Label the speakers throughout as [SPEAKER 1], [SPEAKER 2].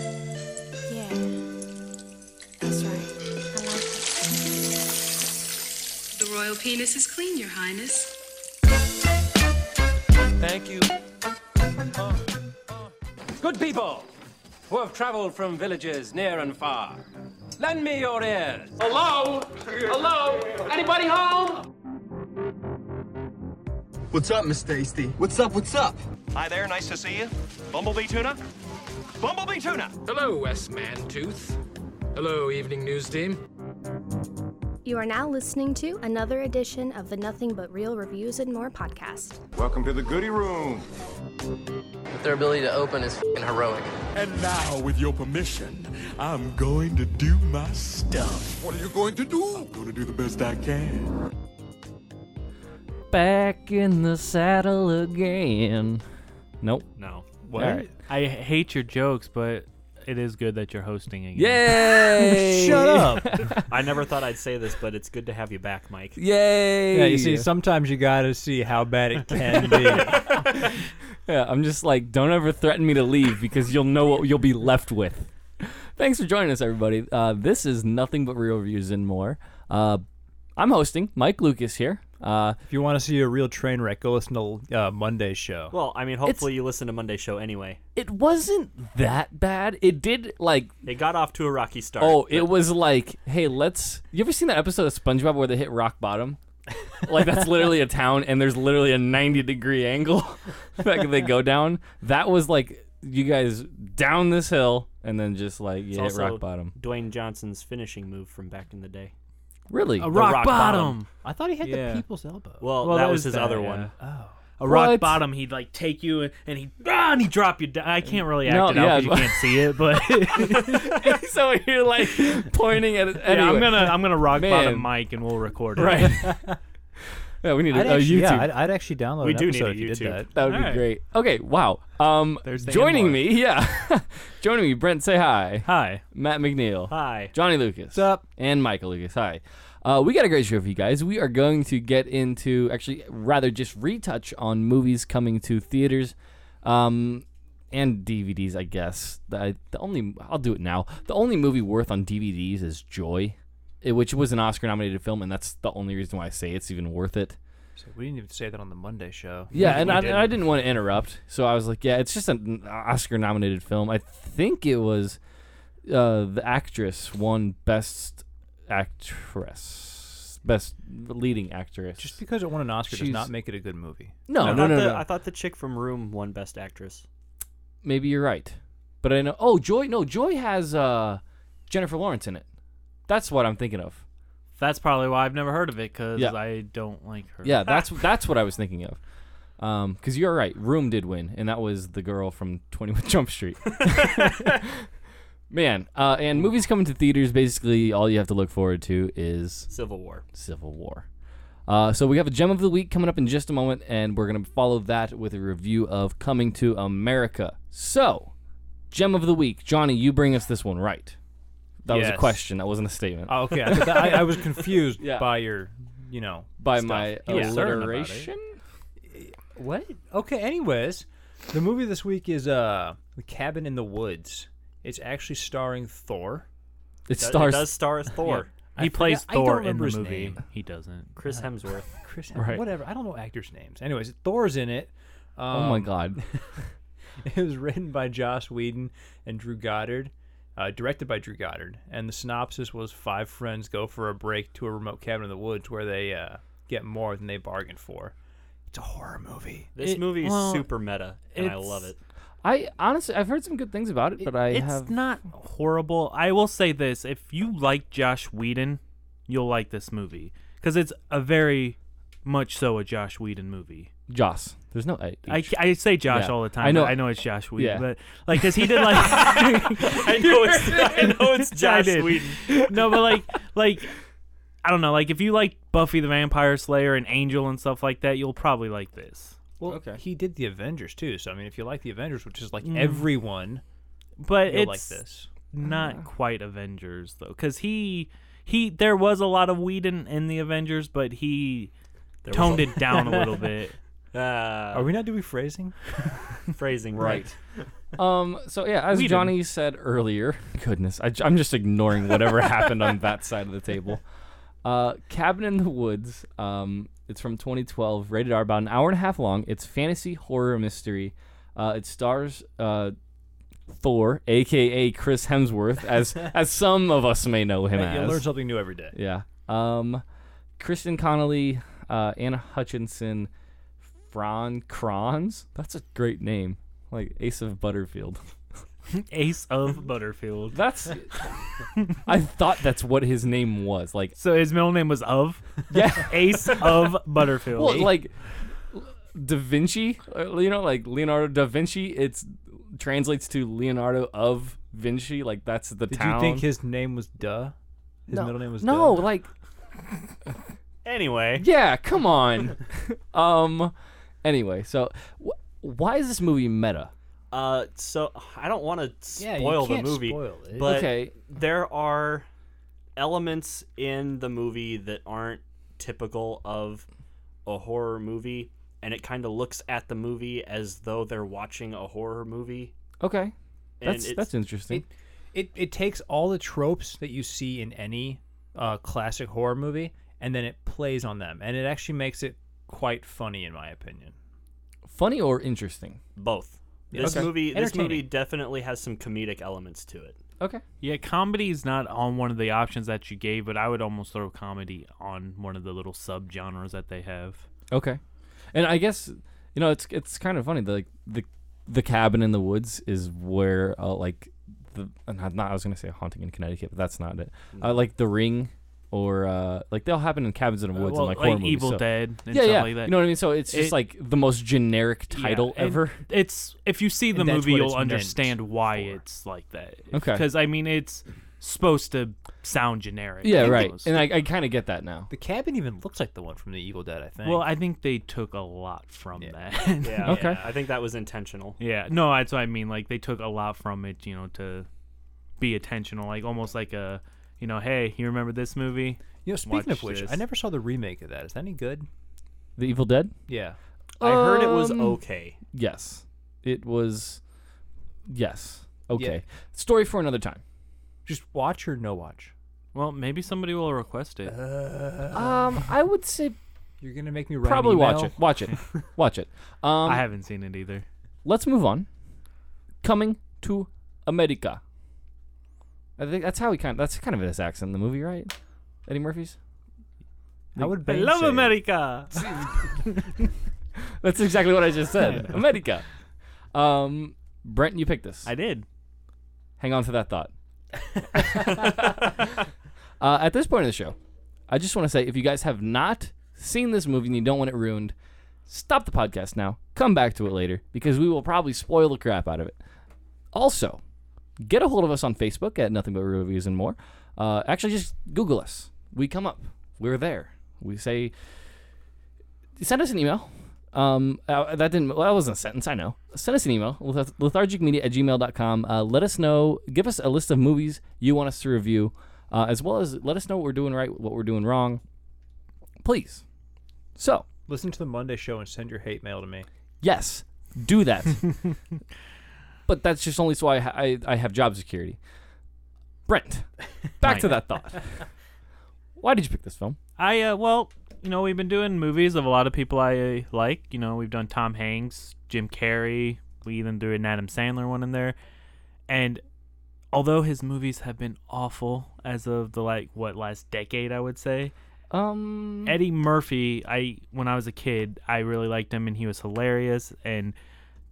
[SPEAKER 1] Yeah. That's right. I like it.
[SPEAKER 2] The royal penis is clean, Your Highness.
[SPEAKER 3] Thank you. Good people who have traveled from villages near and far, lend me your ears. Hello? Hello? Anybody home?
[SPEAKER 4] What's up, Miss Tasty? What's up? What's up?
[SPEAKER 5] Hi there, nice to see you. Bumblebee tuna? Bumblebee tuna!
[SPEAKER 6] Hello, West Mantooth. Hello, evening news team.
[SPEAKER 1] You are now listening to another edition of the Nothing But Real Reviews and More podcast.
[SPEAKER 7] Welcome to the Goody Room.
[SPEAKER 8] Their ability to open is fing heroic.
[SPEAKER 9] And now, with your permission, I'm going to do my stuff.
[SPEAKER 7] What are you going to do?
[SPEAKER 9] I'm going to do the best I can.
[SPEAKER 10] Back in the saddle again. Nope.
[SPEAKER 11] No. What?
[SPEAKER 10] All right.
[SPEAKER 11] I hate your jokes, but it is good that you're hosting again.
[SPEAKER 10] Yay!
[SPEAKER 11] Shut up. I never thought I'd say this, but it's good to have you back, Mike.
[SPEAKER 10] Yay!
[SPEAKER 12] Yeah, you see, sometimes you gotta see how bad it can be.
[SPEAKER 10] Yeah, I'm just like, don't ever threaten me to leave because you'll know what you'll be left with. Thanks for joining us, everybody. Uh, this is nothing but real reviews and more. Uh, I'm hosting Mike Lucas here. Uh,
[SPEAKER 12] if you want to see a real train wreck, go listen to uh, Monday's show.
[SPEAKER 11] Well, I mean, hopefully you listen to Monday's show anyway.
[SPEAKER 10] it wasn't that bad. It did like,
[SPEAKER 11] It got off to a rocky start.
[SPEAKER 10] oh, it was like, hey, let's. You ever seen that episode of SpongeBob where they hit rock bottom? like that's literally a town, and there's literally a 90 degree angle that they go down. That was like you guys down this hill, and then just like you
[SPEAKER 11] It's
[SPEAKER 10] hit
[SPEAKER 11] also
[SPEAKER 10] rock bottom.
[SPEAKER 11] Dwayne Johnson's finishing move from back in the day.
[SPEAKER 10] Really?
[SPEAKER 11] The rock bottom.
[SPEAKER 12] I thought he had
[SPEAKER 6] Yeah.
[SPEAKER 12] the people's elbow.
[SPEAKER 11] Well,
[SPEAKER 6] Well,
[SPEAKER 11] that
[SPEAKER 6] that
[SPEAKER 11] was
[SPEAKER 6] is
[SPEAKER 11] his
[SPEAKER 6] bad,
[SPEAKER 11] other
[SPEAKER 6] yeah.
[SPEAKER 11] one.
[SPEAKER 6] A rock
[SPEAKER 10] What?
[SPEAKER 6] bottom, he'd like take you and- and he'd ah, and he'd drop you down. I can't really act
[SPEAKER 10] No,
[SPEAKER 6] it out because
[SPEAKER 10] Oh, yeah.
[SPEAKER 6] you can't see it, but
[SPEAKER 10] so you're like pointing at it.
[SPEAKER 6] yeah, I'm
[SPEAKER 10] anyway.
[SPEAKER 6] gonna I'm gonna rock
[SPEAKER 10] Man.
[SPEAKER 6] bottom Mike and we'll record it.
[SPEAKER 10] Right. yeah, we need a,
[SPEAKER 12] I'd
[SPEAKER 10] a
[SPEAKER 12] actually,
[SPEAKER 10] YouTube.
[SPEAKER 12] yeah, I'd, I'd actually download
[SPEAKER 11] We
[SPEAKER 12] an
[SPEAKER 11] do need
[SPEAKER 12] episode
[SPEAKER 11] a
[SPEAKER 12] if you did
[SPEAKER 11] YouTube.
[SPEAKER 12] that.
[SPEAKER 10] that would be
[SPEAKER 6] Alright.
[SPEAKER 10] great. Okay, wow. Um,
[SPEAKER 6] Thursday and
[SPEAKER 10] joining
[SPEAKER 6] more.
[SPEAKER 10] me, yeah, joining me, Brent. Say hi.
[SPEAKER 11] Hi.
[SPEAKER 10] Matt McNeil.
[SPEAKER 11] Hi.
[SPEAKER 10] Johnny Lucas. What's
[SPEAKER 12] up?
[SPEAKER 10] And Michael Lucas. Hi. Uh, we got a great show for you guys. We are going to get into, actually, rather just retouch on movies coming to theaters um, and DVDs, I guess. The, the only, I'll do it now. The only movie worth on DVDs is Joy, eh, which was an Oscar nominated film, and that's the only reason why I say it's even worth it.
[SPEAKER 12] So we didn't even say that on the Monday show.
[SPEAKER 10] Yeah, and I, and I didn't want to interrupt, so I was like, yeah, it's just an Oscar-nominated film. I think it was uh, the actress won Best Actress, Best Leading Actress.
[SPEAKER 12] Just because it won an Oscar does
[SPEAKER 10] She's-
[SPEAKER 12] not make it a good movie.
[SPEAKER 10] no,
[SPEAKER 11] I
[SPEAKER 10] no,
[SPEAKER 11] thought
[SPEAKER 10] no,
[SPEAKER 11] the,
[SPEAKER 10] no.
[SPEAKER 11] I thought the chick from Room won Best Actress.
[SPEAKER 10] Maybe you're right, but I know. Oh, Joy. No, Joy has uh, Jennifer Lawrence in it. That's what I'm thinking of.
[SPEAKER 6] That's probably why I've never heard of it because
[SPEAKER 10] Yeah.
[SPEAKER 6] I don't like her.
[SPEAKER 10] Yeah, that's that's what I was thinking of. Um, because you're right, Room did win, and that was the girl from Twenty One Jump Street. Man, uh, and movies coming to theaters. Basically, all you have to look forward to is
[SPEAKER 11] Civil War.
[SPEAKER 10] Civil War. Uh, so we have a gem of the week coming up in just a moment, and we're gonna follow that with a review of Coming to America. So, gem of the week, Johnny, you bring us this one right. That was a
[SPEAKER 12] Yes.
[SPEAKER 10] question. That wasn't a statement.
[SPEAKER 12] Oh, okay. I, thought that- I, I was confused
[SPEAKER 10] Yeah.
[SPEAKER 12] by your, you know,
[SPEAKER 10] By
[SPEAKER 12] stuff.
[SPEAKER 10] my
[SPEAKER 12] You were certain about it.
[SPEAKER 10] alliteration.
[SPEAKER 12] What? Okay. Anyways, the movie this week is uh, The Cabin in the Woods. It's actually starring Thor.
[SPEAKER 10] It
[SPEAKER 11] It
[SPEAKER 10] stars
[SPEAKER 11] does star as Thor.
[SPEAKER 12] I
[SPEAKER 6] He plays
[SPEAKER 12] forget- I don't
[SPEAKER 6] Thor in
[SPEAKER 12] remember
[SPEAKER 6] the
[SPEAKER 12] his
[SPEAKER 6] movie.
[SPEAKER 12] name.
[SPEAKER 6] He doesn't.
[SPEAKER 11] Chris Hemsworth.
[SPEAKER 12] Uh, Chris,
[SPEAKER 10] Right.
[SPEAKER 12] whatever. I don't know actors' names. Anyways, Thor's in it. Um,
[SPEAKER 10] Oh my god.
[SPEAKER 12] It was written by Joss Whedon and Drew Goddard, uh, directed by Drew Goddard. And the synopsis was five friends go for a break to a remote cabin in the woods where they uh, get more than they bargained for. It's a horror movie.
[SPEAKER 11] This
[SPEAKER 6] It-
[SPEAKER 11] movie is
[SPEAKER 6] well,
[SPEAKER 11] super meta, and I
[SPEAKER 6] it's-
[SPEAKER 11] love it.
[SPEAKER 10] I honestly, I've heard some good things about it, but I
[SPEAKER 6] it's
[SPEAKER 10] have.
[SPEAKER 6] not horrible. I will say this: if you like Josh Whedon, you'll like this movie because it's a very much so a Josh Whedon movie.
[SPEAKER 10] Joss. There's no. I,
[SPEAKER 6] I, I say Josh
[SPEAKER 10] Yeah.
[SPEAKER 6] all the time.
[SPEAKER 10] I know-
[SPEAKER 6] but I know it's Josh Whedon,
[SPEAKER 10] Yeah.
[SPEAKER 6] but like, cause he did like I know it's I know it's
[SPEAKER 11] Josh Whedon.
[SPEAKER 6] No, but like like I don't know. Like if you like Buffy the Vampire Slayer and Angel and stuff like that, you'll probably like this.
[SPEAKER 12] Well, he did the Avengers too. So I mean, if you like the Avengers, which is like
[SPEAKER 6] Mm.
[SPEAKER 12] everyone,
[SPEAKER 6] But
[SPEAKER 12] you'll
[SPEAKER 6] it's
[SPEAKER 12] like this. Uh-huh.
[SPEAKER 6] not quite Avengers though, because he he there was a lot of Whedon in the Avengers, but he
[SPEAKER 11] There was
[SPEAKER 6] toned
[SPEAKER 11] a-
[SPEAKER 6] it down a little bit.
[SPEAKER 12] Are we not doing phrasing?
[SPEAKER 11] phrasing,
[SPEAKER 10] Right. um. So yeah, as Johnny said earlier, goodness, I, am just ignoring whatever happened on that side of the table. Uh, Cabin in the Woods. Um, it's from 2012, rated R, about an hour and a half long. It's fantasy horror mystery. Uh, it stars uh, Thor, aka Chris Hemsworth, as as some of us may know him
[SPEAKER 12] Hey, you
[SPEAKER 10] as.
[SPEAKER 12] learn something new every day.
[SPEAKER 10] Yeah. Um, Kristen Connolly, uh, Anna Hutchinson, Fran Kranz. That's a great name. Like Ace of Butterfield.
[SPEAKER 6] Ace of Butterfield.
[SPEAKER 10] That's. I thought that's what his name was. Like
[SPEAKER 6] so his middle name was of.
[SPEAKER 10] Yeah.
[SPEAKER 6] Ace of Butterfield.
[SPEAKER 10] Well, like Da Vinci, uh, you know, like Leonardo da Vinci. It's translates to Leonardo of Vinci. Like that's the
[SPEAKER 12] Did
[SPEAKER 10] town.
[SPEAKER 12] you think his name was Duh? His
[SPEAKER 10] No.
[SPEAKER 12] middle name was
[SPEAKER 10] no,
[SPEAKER 12] Duh?
[SPEAKER 10] like
[SPEAKER 11] Anyway.
[SPEAKER 10] Yeah, come on. um, anyway, so wh- why is this movie meta?
[SPEAKER 11] Uh, so I don't want to
[SPEAKER 12] Yeah, you
[SPEAKER 11] spoil the
[SPEAKER 12] can't
[SPEAKER 11] movie,
[SPEAKER 12] spoil it.
[SPEAKER 11] but
[SPEAKER 10] Okay.
[SPEAKER 11] there are elements in the movie that aren't typical of a horror movie, and it kind of looks at the movie as though they're watching a horror movie.
[SPEAKER 10] Okay,
[SPEAKER 11] And
[SPEAKER 10] that's
[SPEAKER 11] it's-
[SPEAKER 10] that's interesting.
[SPEAKER 12] it it takes all the tropes that you see in any uh, classic horror movie and then it plays on them and it actually makes it quite funny in my opinion
[SPEAKER 10] Funny or interesting?
[SPEAKER 11] Both. This
[SPEAKER 10] Okay.
[SPEAKER 11] movie, this
[SPEAKER 10] Entertaining.
[SPEAKER 11] movie definitely has some comedic elements to it.
[SPEAKER 10] Okay.
[SPEAKER 6] Yeah, comedy is not on one of the options that you gave, but I would almost throw comedy on one of the little subgenres that they have.
[SPEAKER 10] Okay, and I guess you know it's it's kind of funny. The, like the the cabin in the woods is where uh, like the uh, not, not I was gonna say haunting in Connecticut, but that's not it.
[SPEAKER 6] Mm.
[SPEAKER 10] Uh, like the ring. Or uh, like they'll happen in cabins in the
[SPEAKER 6] Uh,
[SPEAKER 10] woods
[SPEAKER 6] well,
[SPEAKER 10] and like,
[SPEAKER 6] like
[SPEAKER 10] horror movies,
[SPEAKER 6] Evil
[SPEAKER 10] so-
[SPEAKER 6] Dead and
[SPEAKER 10] yeah,
[SPEAKER 6] stuff
[SPEAKER 10] yeah.
[SPEAKER 6] like that.
[SPEAKER 10] You know what I mean? So it's just
[SPEAKER 6] It-
[SPEAKER 10] like the most generic title
[SPEAKER 6] Yeah, and
[SPEAKER 10] ever.
[SPEAKER 6] It's if you see the
[SPEAKER 10] And that's
[SPEAKER 6] movie,
[SPEAKER 10] what
[SPEAKER 6] you'll
[SPEAKER 10] it's meant
[SPEAKER 6] understand why it's like that.
[SPEAKER 10] Okay.
[SPEAKER 6] because I mean it's supposed to sound generic.
[SPEAKER 10] Yeah, right.
[SPEAKER 6] almost.
[SPEAKER 10] And I, I kind of get that now.
[SPEAKER 12] the cabin even looks like the one from the evil dead i think
[SPEAKER 6] well, I think they took a lot from that.
[SPEAKER 11] Yeah.
[SPEAKER 10] Okay.
[SPEAKER 11] I think that was intentional.
[SPEAKER 6] yeah, no, that's what I mean. Like they took a lot from it, you know, to be intentional, like almost like a, you know, hey, you remember this movie?
[SPEAKER 12] you know speaking of
[SPEAKER 6] Watch
[SPEAKER 12] which
[SPEAKER 6] this.
[SPEAKER 12] i never saw the remake of that is that any good
[SPEAKER 10] The Evil Dead?
[SPEAKER 12] yeah
[SPEAKER 11] I heard it was
[SPEAKER 10] Um,
[SPEAKER 11] okay.
[SPEAKER 10] Yes. It was. Yes. Okay. Story for another time.
[SPEAKER 12] just watch or no watch
[SPEAKER 6] Well, maybe somebody will request it.
[SPEAKER 12] Uh,
[SPEAKER 10] Um, I would say
[SPEAKER 12] you're gonna make me write an
[SPEAKER 10] probably watch
[SPEAKER 12] email?
[SPEAKER 10] it. Watch it. watch it. Um,
[SPEAKER 6] I haven't seen it either.
[SPEAKER 10] let's move on. Coming to America. I think that's how he kind. Of, that's kind of his accent in the movie, right? Eddie Murphy's.
[SPEAKER 12] How would
[SPEAKER 6] I
[SPEAKER 12] Bane
[SPEAKER 6] love
[SPEAKER 12] say it?
[SPEAKER 6] America.
[SPEAKER 10] That's exactly what I just said. America. Um, Brent, you picked this.
[SPEAKER 6] I did.
[SPEAKER 10] Hang on to that thought. uh, at this point in the show, I just want to say if you guys have not seen this movie and you don't want it ruined, stop the podcast now. Come back to it later because we will probably spoil the crap out of it. Also, get a hold of us on Facebook at Nothing But Reviews and More. Uh, actually, just Google us. We come up. We're there. We say, send us an email. Um, uh, that didn't. Well, that wasn't a sentence. I know. Send us an email, leth- lethargicmedia at gmail.com. Uh, let us know. Give us a list of movies you want us to review, uh, as well as let us know what we're doing right, what we're doing wrong. Please. So
[SPEAKER 12] listen to the monday show and send your hate mail to me
[SPEAKER 10] yes, do that. but that's just only so I ha- I, I have job security. Brent, back to that thought. Why did you pick this film?
[SPEAKER 6] I uh, well, you know, we've been doing movies of a lot of people I uh, like. You know, we've done Tom Hanks, Jim Carrey. We even threw an Adam Sandler one in there. And although his movies have been awful as of the like what last decade, I would say
[SPEAKER 10] Um,
[SPEAKER 6] Eddie Murphy. I when I was a kid, I really liked him, and he was hilarious. And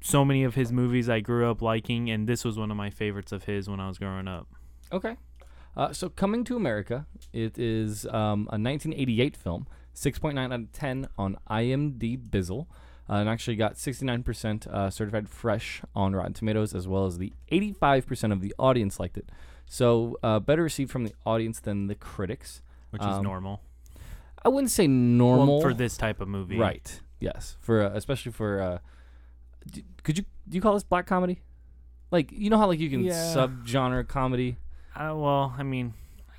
[SPEAKER 6] so many of his movies I grew up liking, and this was one of my favorites of his when I was growing up.
[SPEAKER 10] Okay. Uh, so coming to America, it is um, a 1988 film, 6.9 out of 10 on IMDb Bizzle, uh, and actually got 69% uh, certified fresh on Rotten Tomatoes, as well as the 85% of the audience liked it. So uh, better received from the audience than the critics,
[SPEAKER 6] Which is
[SPEAKER 10] Um,
[SPEAKER 6] normal.
[SPEAKER 10] I wouldn't say
[SPEAKER 6] Well,
[SPEAKER 10] normal
[SPEAKER 6] for this type of movie,
[SPEAKER 10] right? Yes, for uh, especially for uh, d- could you do you call this black comedy? Like you know how like you can
[SPEAKER 6] Yeah.
[SPEAKER 10] sub subgenre comedy.
[SPEAKER 6] Uh, well, I mean,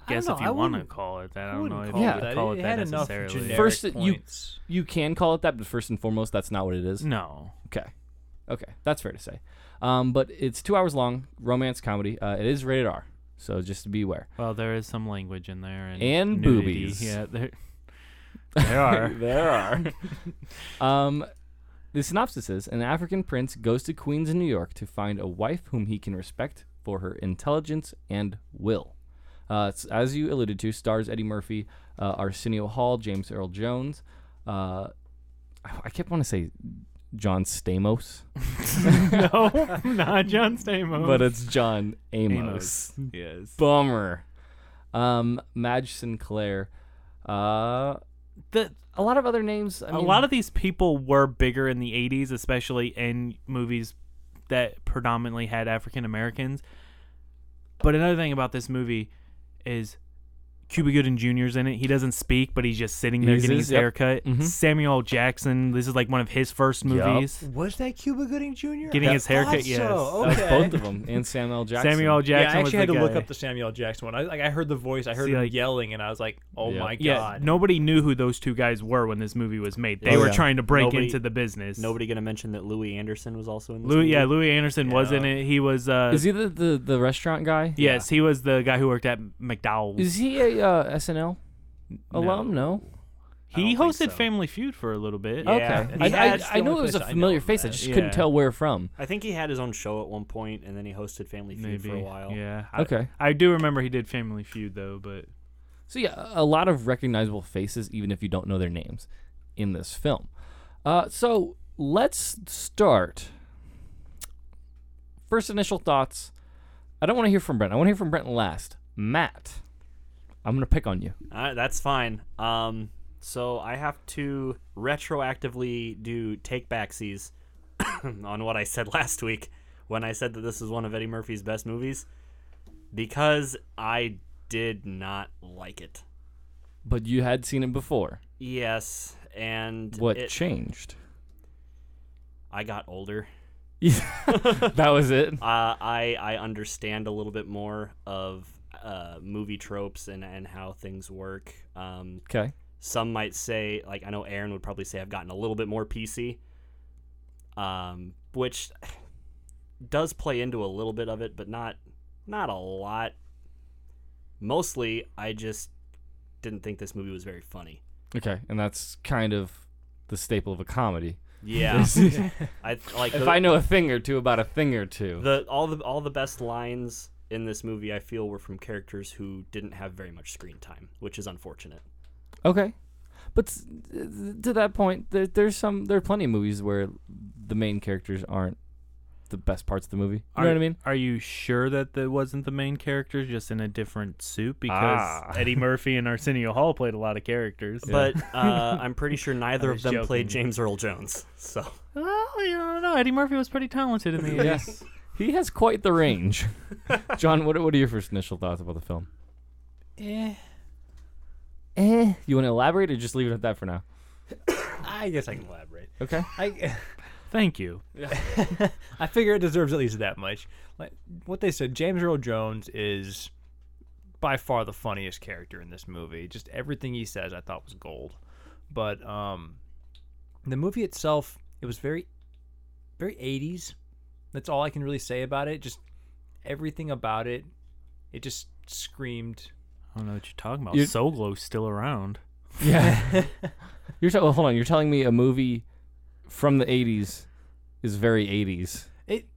[SPEAKER 6] guess
[SPEAKER 10] know,
[SPEAKER 6] if you
[SPEAKER 10] I
[SPEAKER 6] want to
[SPEAKER 10] wouldn't-
[SPEAKER 6] call it that, I
[SPEAKER 10] I
[SPEAKER 6] don't know
[SPEAKER 10] wouldn't
[SPEAKER 6] if
[SPEAKER 10] call
[SPEAKER 6] you
[SPEAKER 10] it
[SPEAKER 6] could
[SPEAKER 10] that.
[SPEAKER 6] call it,
[SPEAKER 12] It
[SPEAKER 6] that
[SPEAKER 12] had enough
[SPEAKER 6] necessarily.
[SPEAKER 12] generic
[SPEAKER 10] first that you you can call it that, but first and foremost, that's not what it is.
[SPEAKER 6] No.
[SPEAKER 10] Okay. Okay, that's fair to say. Um, but it's two hours long, romance comedy. Uh, it is rated R, so just be aware.
[SPEAKER 6] Well, there is some language in there and,
[SPEAKER 10] And
[SPEAKER 6] nudity.
[SPEAKER 10] boobies.
[SPEAKER 6] Yeah, there, there are.
[SPEAKER 10] there are. um, the synopsis is An African prince goes to Queens in New York to find a wife whom he can respect for her intelligence and will. Uh, it's, as you alluded to, stars Eddie Murphy, uh, Arsenio Hall, James Earl Jones. Uh, I I kept want to say John Stamos.
[SPEAKER 6] no, not John Stamos.
[SPEAKER 10] But it's John
[SPEAKER 6] Amos,
[SPEAKER 10] Amos.
[SPEAKER 6] yes.
[SPEAKER 10] Bummer. Um, Madge Sinclair. Uh, the a lot of other names. I
[SPEAKER 6] a
[SPEAKER 10] mean-
[SPEAKER 6] lot of these people were bigger in the 80s, especially in movies that predominantly had African Americans. But another thing about this movie is Cuba Gooding Jr.'s in it. He doesn't speak, but he's just sitting there
[SPEAKER 10] He's-
[SPEAKER 6] getting his
[SPEAKER 10] yep.
[SPEAKER 6] haircut.
[SPEAKER 12] Mm-hmm.
[SPEAKER 10] Mhm.
[SPEAKER 6] Samuel L. Jackson, this is like one of his first movies.
[SPEAKER 12] Was that Cuba Gooding Jr.?
[SPEAKER 6] Getting his haircut, yes. Uh,
[SPEAKER 10] That was both of them, and Samuel Jackson.
[SPEAKER 6] Samuel L. Jackson
[SPEAKER 12] Yeah, I
[SPEAKER 6] was
[SPEAKER 12] actually had
[SPEAKER 6] the
[SPEAKER 12] to look
[SPEAKER 6] guy.
[SPEAKER 12] up the Samuel L. Jackson one. I like I heard the voice, I heard
[SPEAKER 6] See,
[SPEAKER 12] him
[SPEAKER 6] like-
[SPEAKER 12] yelling, and I was like, "Oh
[SPEAKER 10] Yeah.
[SPEAKER 12] my
[SPEAKER 6] Yeah,
[SPEAKER 12] god!"
[SPEAKER 6] nobody knew who those two guys were when this movie was made. They
[SPEAKER 11] Oh,
[SPEAKER 6] were
[SPEAKER 11] yeah.
[SPEAKER 6] trying to break
[SPEAKER 11] Nobody-
[SPEAKER 6] into the business.
[SPEAKER 11] Nobody going to mention that Louis Anderson was also in this
[SPEAKER 6] Louis,
[SPEAKER 11] movie?
[SPEAKER 6] yeah, Louis Anderson was
[SPEAKER 11] Yeah.
[SPEAKER 6] in it. He was. Uh,
[SPEAKER 10] Is he the, the, the restaurant guy?
[SPEAKER 6] Yes, he was the guy who worked at McDowell's.
[SPEAKER 10] Is he a uh, SNL alum? No.
[SPEAKER 6] He hosted Family Feud for a little bit.
[SPEAKER 10] Okay. I, I, I knew it was a familiar face. I just couldn't tell where from.
[SPEAKER 11] I think he had his own show at one point, and then he hosted Family Feud for a
[SPEAKER 6] Maybe,
[SPEAKER 11] while.
[SPEAKER 6] Yeah. I-
[SPEAKER 10] Okay.
[SPEAKER 6] I do remember he did Family Feud though, but
[SPEAKER 10] So yeah, a lot of recognizable faces, even if you don't know their names, in this film. Uh, so let's start. First initial thoughts. I don't want to hear from Brent. I want to hear from Brent last. Matt, I'm gonna pick on you.
[SPEAKER 11] Uh, that's fine. Um, so I have to retroactively do take backsies on what I said last week when I said that this is one of Eddie Murphy's best movies because I did not like it.
[SPEAKER 10] But you had seen it before.
[SPEAKER 11] Yes, and
[SPEAKER 10] What
[SPEAKER 11] it-
[SPEAKER 10] changed?
[SPEAKER 11] I got older.
[SPEAKER 10] that was Oh, it.
[SPEAKER 11] uh, I I understand a little bit more of uh, movie tropes and and how things work. Um,
[SPEAKER 10] 'Kay.
[SPEAKER 11] Some might say, like I know Aaron would probably say, I've gotten a little bit more PC, um, which does play into a little bit of it, but not not a lot. Mostly, I just didn't think this movie was very funny.
[SPEAKER 10] Okay, and that's kind of the staple of a comedy.
[SPEAKER 11] Yeah, I like
[SPEAKER 10] if
[SPEAKER 11] the-
[SPEAKER 10] I know a thing or two about a thing or two.
[SPEAKER 11] The all the all the best lines in this movie I feel were from characters who didn't have very much screen time, which is unfortunate.
[SPEAKER 10] Okay, but s- th- to that point, there, there's some there are plenty of movies where the main characters aren't the best parts of the movie. You
[SPEAKER 6] are,
[SPEAKER 10] know what I mean?
[SPEAKER 6] Are you sure that that wasn't the main character, just in a different suit? Because
[SPEAKER 10] Ah.
[SPEAKER 6] Eddie Murphy and Arsenio Hall played a lot of characters.
[SPEAKER 11] But uh, I'm pretty sure neither
[SPEAKER 6] I
[SPEAKER 11] of
[SPEAKER 6] was
[SPEAKER 11] them played
[SPEAKER 6] joking.
[SPEAKER 11] James Earl Jones. So
[SPEAKER 6] well, you don't know. Eddie Murphy was pretty talented in the
[SPEAKER 10] Yes, he has quite the range. John, what are- what are your first initial thoughts about the film?
[SPEAKER 12] Eh,
[SPEAKER 10] Eh, you want to elaborate or just leave it at that for now?
[SPEAKER 12] I guess I can elaborate.
[SPEAKER 10] Okay.
[SPEAKER 12] I
[SPEAKER 6] Thank you.
[SPEAKER 12] I figure it deserves at least that much. Like what they said, James Earl Jones is by far the funniest character in this movie. Just everything he says, I thought was gold. But um, the movie itself, it was very, very 80s. That's all I can really say about it. Just everything about it, it just screamed.
[SPEAKER 6] I don't know what you're talking about.
[SPEAKER 10] You-
[SPEAKER 6] Solo's still around.
[SPEAKER 10] Yeah. you're tell- well, hold on. You're telling me a movie from the '80s is very '80s.
[SPEAKER 12] It,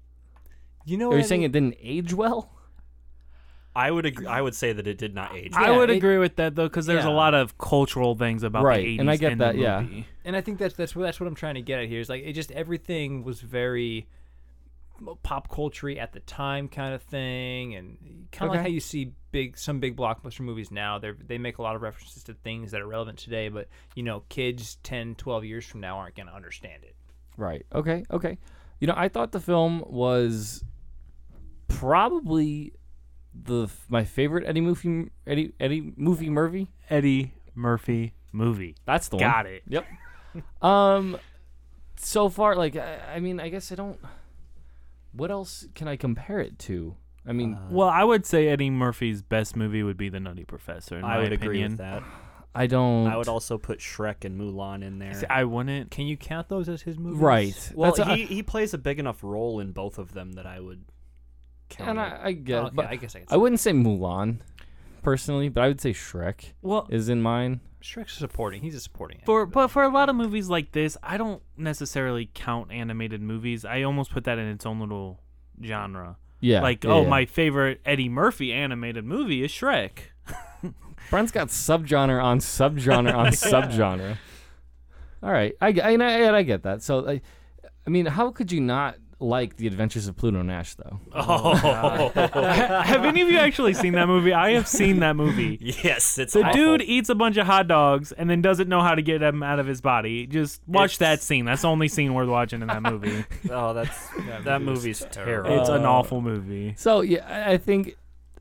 [SPEAKER 12] you know,
[SPEAKER 10] Are
[SPEAKER 12] what
[SPEAKER 10] you
[SPEAKER 12] I
[SPEAKER 10] saying
[SPEAKER 12] mean?
[SPEAKER 10] it didn't age well?
[SPEAKER 11] I would agree, I would say that it did not age.
[SPEAKER 6] I
[SPEAKER 11] well.
[SPEAKER 6] would
[SPEAKER 12] it-
[SPEAKER 6] agree with that though, because there's
[SPEAKER 12] yeah.
[SPEAKER 6] a lot of cultural things about
[SPEAKER 10] Right,
[SPEAKER 6] the 80s
[SPEAKER 10] and I get
[SPEAKER 6] in
[SPEAKER 10] that,
[SPEAKER 6] The
[SPEAKER 10] yeah.
[SPEAKER 6] movie.
[SPEAKER 12] and I think that's that's what that's what I'm trying to get at here is like it just everything was very pop culture at the time kind of thing and kind of like
[SPEAKER 10] Okay.
[SPEAKER 12] how you see big some big blockbuster movies now they they make a lot of references to things that are relevant today but you know kids 10 12 years from now aren't going to understand it
[SPEAKER 10] Right. Okay. Okay. You know, I thought the film was probably the my favorite Eddie Murphy Eddie Eddie movie Murphy.
[SPEAKER 6] Eddie Murphy movie.
[SPEAKER 10] That's the one.
[SPEAKER 6] Got it.
[SPEAKER 10] Yep. um, so far, like, I, I mean, I guess I don't. What else can I compare it to? I mean,
[SPEAKER 11] Uh,
[SPEAKER 6] well, I would say Eddie Murphy's best movie would be The Nutty Professor. in
[SPEAKER 11] I
[SPEAKER 6] my
[SPEAKER 11] would agree with
[SPEAKER 6] opinion.
[SPEAKER 11] that.
[SPEAKER 10] I don't.
[SPEAKER 11] I would also put Shrek and Mulan in there.
[SPEAKER 6] See, I wouldn't.
[SPEAKER 12] Can you count those as his movies?
[SPEAKER 10] Right.
[SPEAKER 11] Well,
[SPEAKER 10] That's-
[SPEAKER 11] he, he plays a big enough role in both of them that I would count.
[SPEAKER 10] and I,
[SPEAKER 11] it.
[SPEAKER 10] I get,
[SPEAKER 12] Okay,
[SPEAKER 10] but
[SPEAKER 12] I guess I can
[SPEAKER 10] I wouldn't say Mulan, personally, but I would say Shrek.
[SPEAKER 6] Well-
[SPEAKER 10] is in mine.
[SPEAKER 12] Shrek's supporting. He's a supporting. actor.
[SPEAKER 6] For but for a lot of movies like this, I don't necessarily count animated movies. I almost put that in its own little genre.
[SPEAKER 10] Yeah,
[SPEAKER 6] Like,
[SPEAKER 10] yeah,
[SPEAKER 6] oh,
[SPEAKER 10] yeah.
[SPEAKER 6] my favorite Eddie Murphy animated movie is Shrek.
[SPEAKER 10] Brian's got subgenre on subgenre on subgenre. All right, I, I, and I and I get that. So, I, I mean, how could you not like the Adventures of Pluto Nash though?
[SPEAKER 6] have any of you actually seen that movie? I have seen that movie.
[SPEAKER 11] yes, it's
[SPEAKER 6] The
[SPEAKER 11] awful.
[SPEAKER 6] dude eats a bunch of hot dogs and then doesn't know how to get them out of his body. Just watch that scene. That's the only scene worth watching in that movie.
[SPEAKER 11] Oh, that's that movie's terrible.
[SPEAKER 6] it's an awful movie.
[SPEAKER 10] So yeah, I, I think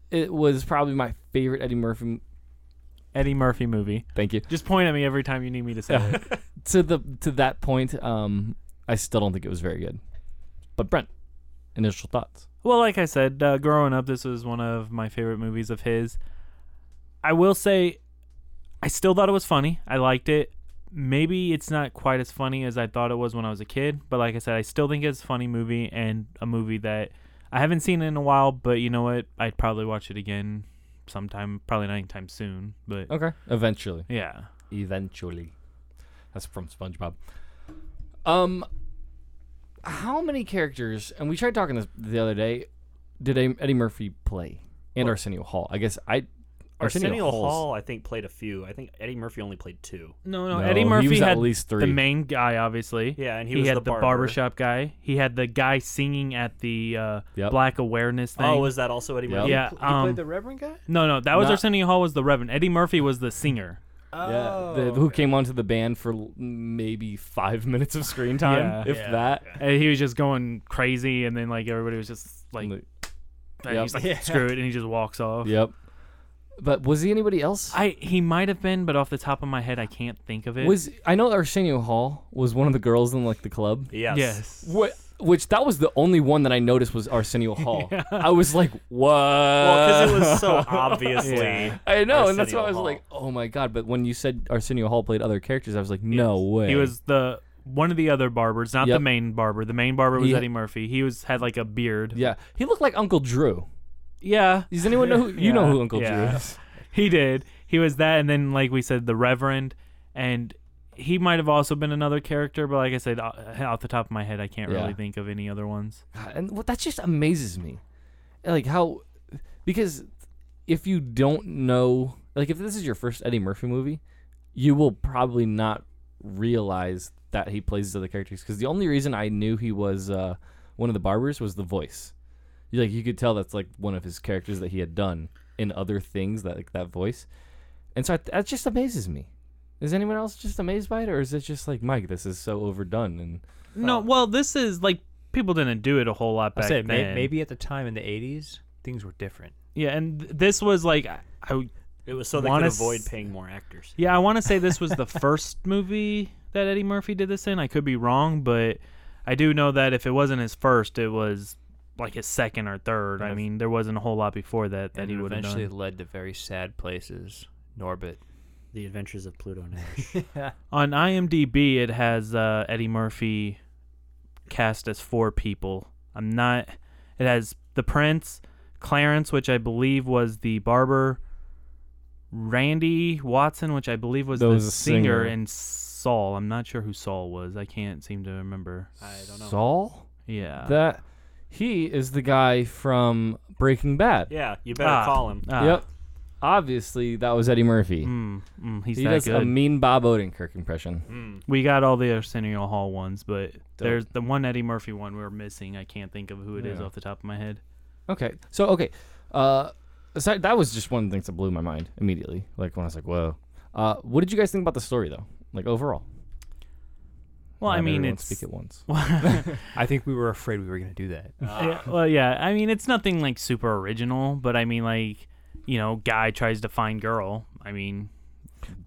[SPEAKER 10] it was probably my favorite Eddie Murphy. m-
[SPEAKER 6] Eddie Murphy movie.
[SPEAKER 10] Thank you.
[SPEAKER 6] Just point at me every time you need me to say it.
[SPEAKER 10] To the to that point, um, I still don't think it was very good. But Brent, initial thoughts.
[SPEAKER 6] Well, like I said, uh, growing up, this was one of my favorite movies of his. I will say, I still thought it was funny. I liked it. Maybe it's not quite as funny as I thought it was when I was a kid, but like I said, I still think it's a funny movie and a movie that I haven't seen in a while. But you know what? I'd probably watch it again sometime, probably not anytime soon. But
[SPEAKER 10] Okay. Eventually.
[SPEAKER 6] yeah,
[SPEAKER 10] Eventually. That's from SpongeBob. Um how many characters and we tried talking this the other day did Em- Eddie Murphy play and Arsenio Hall? I guess I
[SPEAKER 11] Arsenio,
[SPEAKER 10] Hall's-
[SPEAKER 11] Hall, I think, played a few. I think Eddie Murphy only played two.
[SPEAKER 6] No, no,
[SPEAKER 10] No,
[SPEAKER 6] Eddie
[SPEAKER 10] he
[SPEAKER 6] Murphy
[SPEAKER 10] was at
[SPEAKER 6] had
[SPEAKER 10] least
[SPEAKER 6] the
[SPEAKER 10] three.
[SPEAKER 6] main guy, obviously.
[SPEAKER 11] Yeah, and he was
[SPEAKER 6] had
[SPEAKER 11] the barber.
[SPEAKER 6] barbershop guy. He had the guy singing at the uh,
[SPEAKER 10] Yep.
[SPEAKER 6] black awareness thing.
[SPEAKER 11] Oh, was that also Eddie
[SPEAKER 10] Yep.
[SPEAKER 11] Murphy?
[SPEAKER 6] yeah.
[SPEAKER 12] He
[SPEAKER 6] Um,
[SPEAKER 12] played the Reverend guy.
[SPEAKER 6] no, no, that was
[SPEAKER 10] Not-
[SPEAKER 6] Arsenio Hall was the Reverend. Eddie Murphy was the singer.
[SPEAKER 10] Yeah, the, who came onto the band for l- maybe 5 minutes of screen time,
[SPEAKER 6] Yeah.
[SPEAKER 10] if that.
[SPEAKER 6] And he was just going crazy, and then like everybody was just like,
[SPEAKER 10] Like,
[SPEAKER 6] and
[SPEAKER 10] yep.
[SPEAKER 6] he's like, screw it, and he just walks off.
[SPEAKER 10] Yep. But was he anybody else?
[SPEAKER 6] I he might have been, but off the top of my head, I can't think of it.
[SPEAKER 10] was I know Arsenio Hall was one of the girls in like the club.
[SPEAKER 11] Yes.
[SPEAKER 6] yes.
[SPEAKER 10] What? Which that was the only one that I noticed was Arsenio Hall. I was like, what?
[SPEAKER 11] Well, because it was so obviously.
[SPEAKER 10] I know, and that's why I was
[SPEAKER 11] Arsenio
[SPEAKER 10] like,
[SPEAKER 11] Hall.
[SPEAKER 10] oh my god. But when you said Arsenio Hall played other characters, I was like, no way.
[SPEAKER 6] He was the one of the other barbers, not the
[SPEAKER 10] Yep.
[SPEAKER 6] main barber. The main barber was
[SPEAKER 10] He-
[SPEAKER 6] Eddie Murphy. He was had like a beard.
[SPEAKER 10] Yeah, he looked like Uncle Drew.
[SPEAKER 6] Yeah.
[SPEAKER 10] Does anyone know who you know
[SPEAKER 6] Yeah,
[SPEAKER 10] who Uncle
[SPEAKER 6] yeah.
[SPEAKER 10] Drew is?
[SPEAKER 6] He did. He was that, and then like we said, the Reverend, and he might have also been another character. But like I said, o- uh, off the top of my head, I can't
[SPEAKER 10] Yeah.
[SPEAKER 6] really think of any other ones.
[SPEAKER 12] Oh.
[SPEAKER 10] God, And what that just amazes me, like how, because if you don't know, like if this is your first Eddie Murphy movie, you will probably not realize that he plays these other characters. Because the only reason I knew he was uh, one of the barbers was the voice. You- Like you could tell that's like one of his characters that he had done in other things that like that voice, and so I, that just amazes me. Is anyone else just amazed by it, or is it just like Mike? This is so overdone and
[SPEAKER 6] No, well, this is like people didn't do it a whole lot
[SPEAKER 12] I
[SPEAKER 6] back
[SPEAKER 12] said may-
[SPEAKER 6] then.
[SPEAKER 12] maybe at the time in the '80s things were different.
[SPEAKER 6] Yeah, and th- this was like I, I
[SPEAKER 11] It was so they could
[SPEAKER 6] Wanna
[SPEAKER 11] avoid
[SPEAKER 6] s-
[SPEAKER 11] paying more actors.
[SPEAKER 6] yeah, I want to say this was the first movie that Eddie Murphy did this in. I could be wrong, but I do know that if it wasn't his first, it was like his second or third. I mean, there wasn't a whole lot before that that
[SPEAKER 12] and
[SPEAKER 6] he
[SPEAKER 12] it
[SPEAKER 6] would have
[SPEAKER 12] eventually
[SPEAKER 6] done.
[SPEAKER 12] led to very sad places. Norbit.
[SPEAKER 11] The Adventures of Pluto Nash.
[SPEAKER 6] On IMDb, it has uh, Eddie Murphy cast as four people. I'm not. It has the Prince, Clarence, which I believe was the barber, Randy Watson, which I believe was
[SPEAKER 10] That
[SPEAKER 6] the
[SPEAKER 10] was a
[SPEAKER 6] singer,
[SPEAKER 10] singer.
[SPEAKER 6] and Saul. I'm not sure who Saul was. I can't seem to remember.
[SPEAKER 10] Saul.
[SPEAKER 6] Yeah.
[SPEAKER 10] that he is the guy from Breaking Bad.
[SPEAKER 11] yeah, you better
[SPEAKER 6] Ah,
[SPEAKER 11] call him.
[SPEAKER 6] ah,
[SPEAKER 10] Yep. Obviously, that was Eddie Murphy.
[SPEAKER 6] mm, mm, he's
[SPEAKER 10] he
[SPEAKER 6] that
[SPEAKER 10] does
[SPEAKER 6] good. Mm.
[SPEAKER 10] a mean Bob Odenkirk impression.
[SPEAKER 6] we got all the Arsenio Hall ones, but there's the one Eddie Murphy one we're missing. I can't think of who it is off the top of my head.
[SPEAKER 10] Okay, so okay, uh, aside, that was just one of the things that blew my mind immediately. Like when I was like, "Whoa!" Uh, what did you guys think about the story though? Like overall?
[SPEAKER 6] Well,
[SPEAKER 10] Not
[SPEAKER 6] I mean,
[SPEAKER 10] everyone
[SPEAKER 6] it's
[SPEAKER 10] speak at once.
[SPEAKER 12] I think we were afraid we were going to do that. Uh,
[SPEAKER 6] yeah, well, yeah. I mean, it's nothing like super original, but I mean, like, you know, guy tries to find girl. I mean,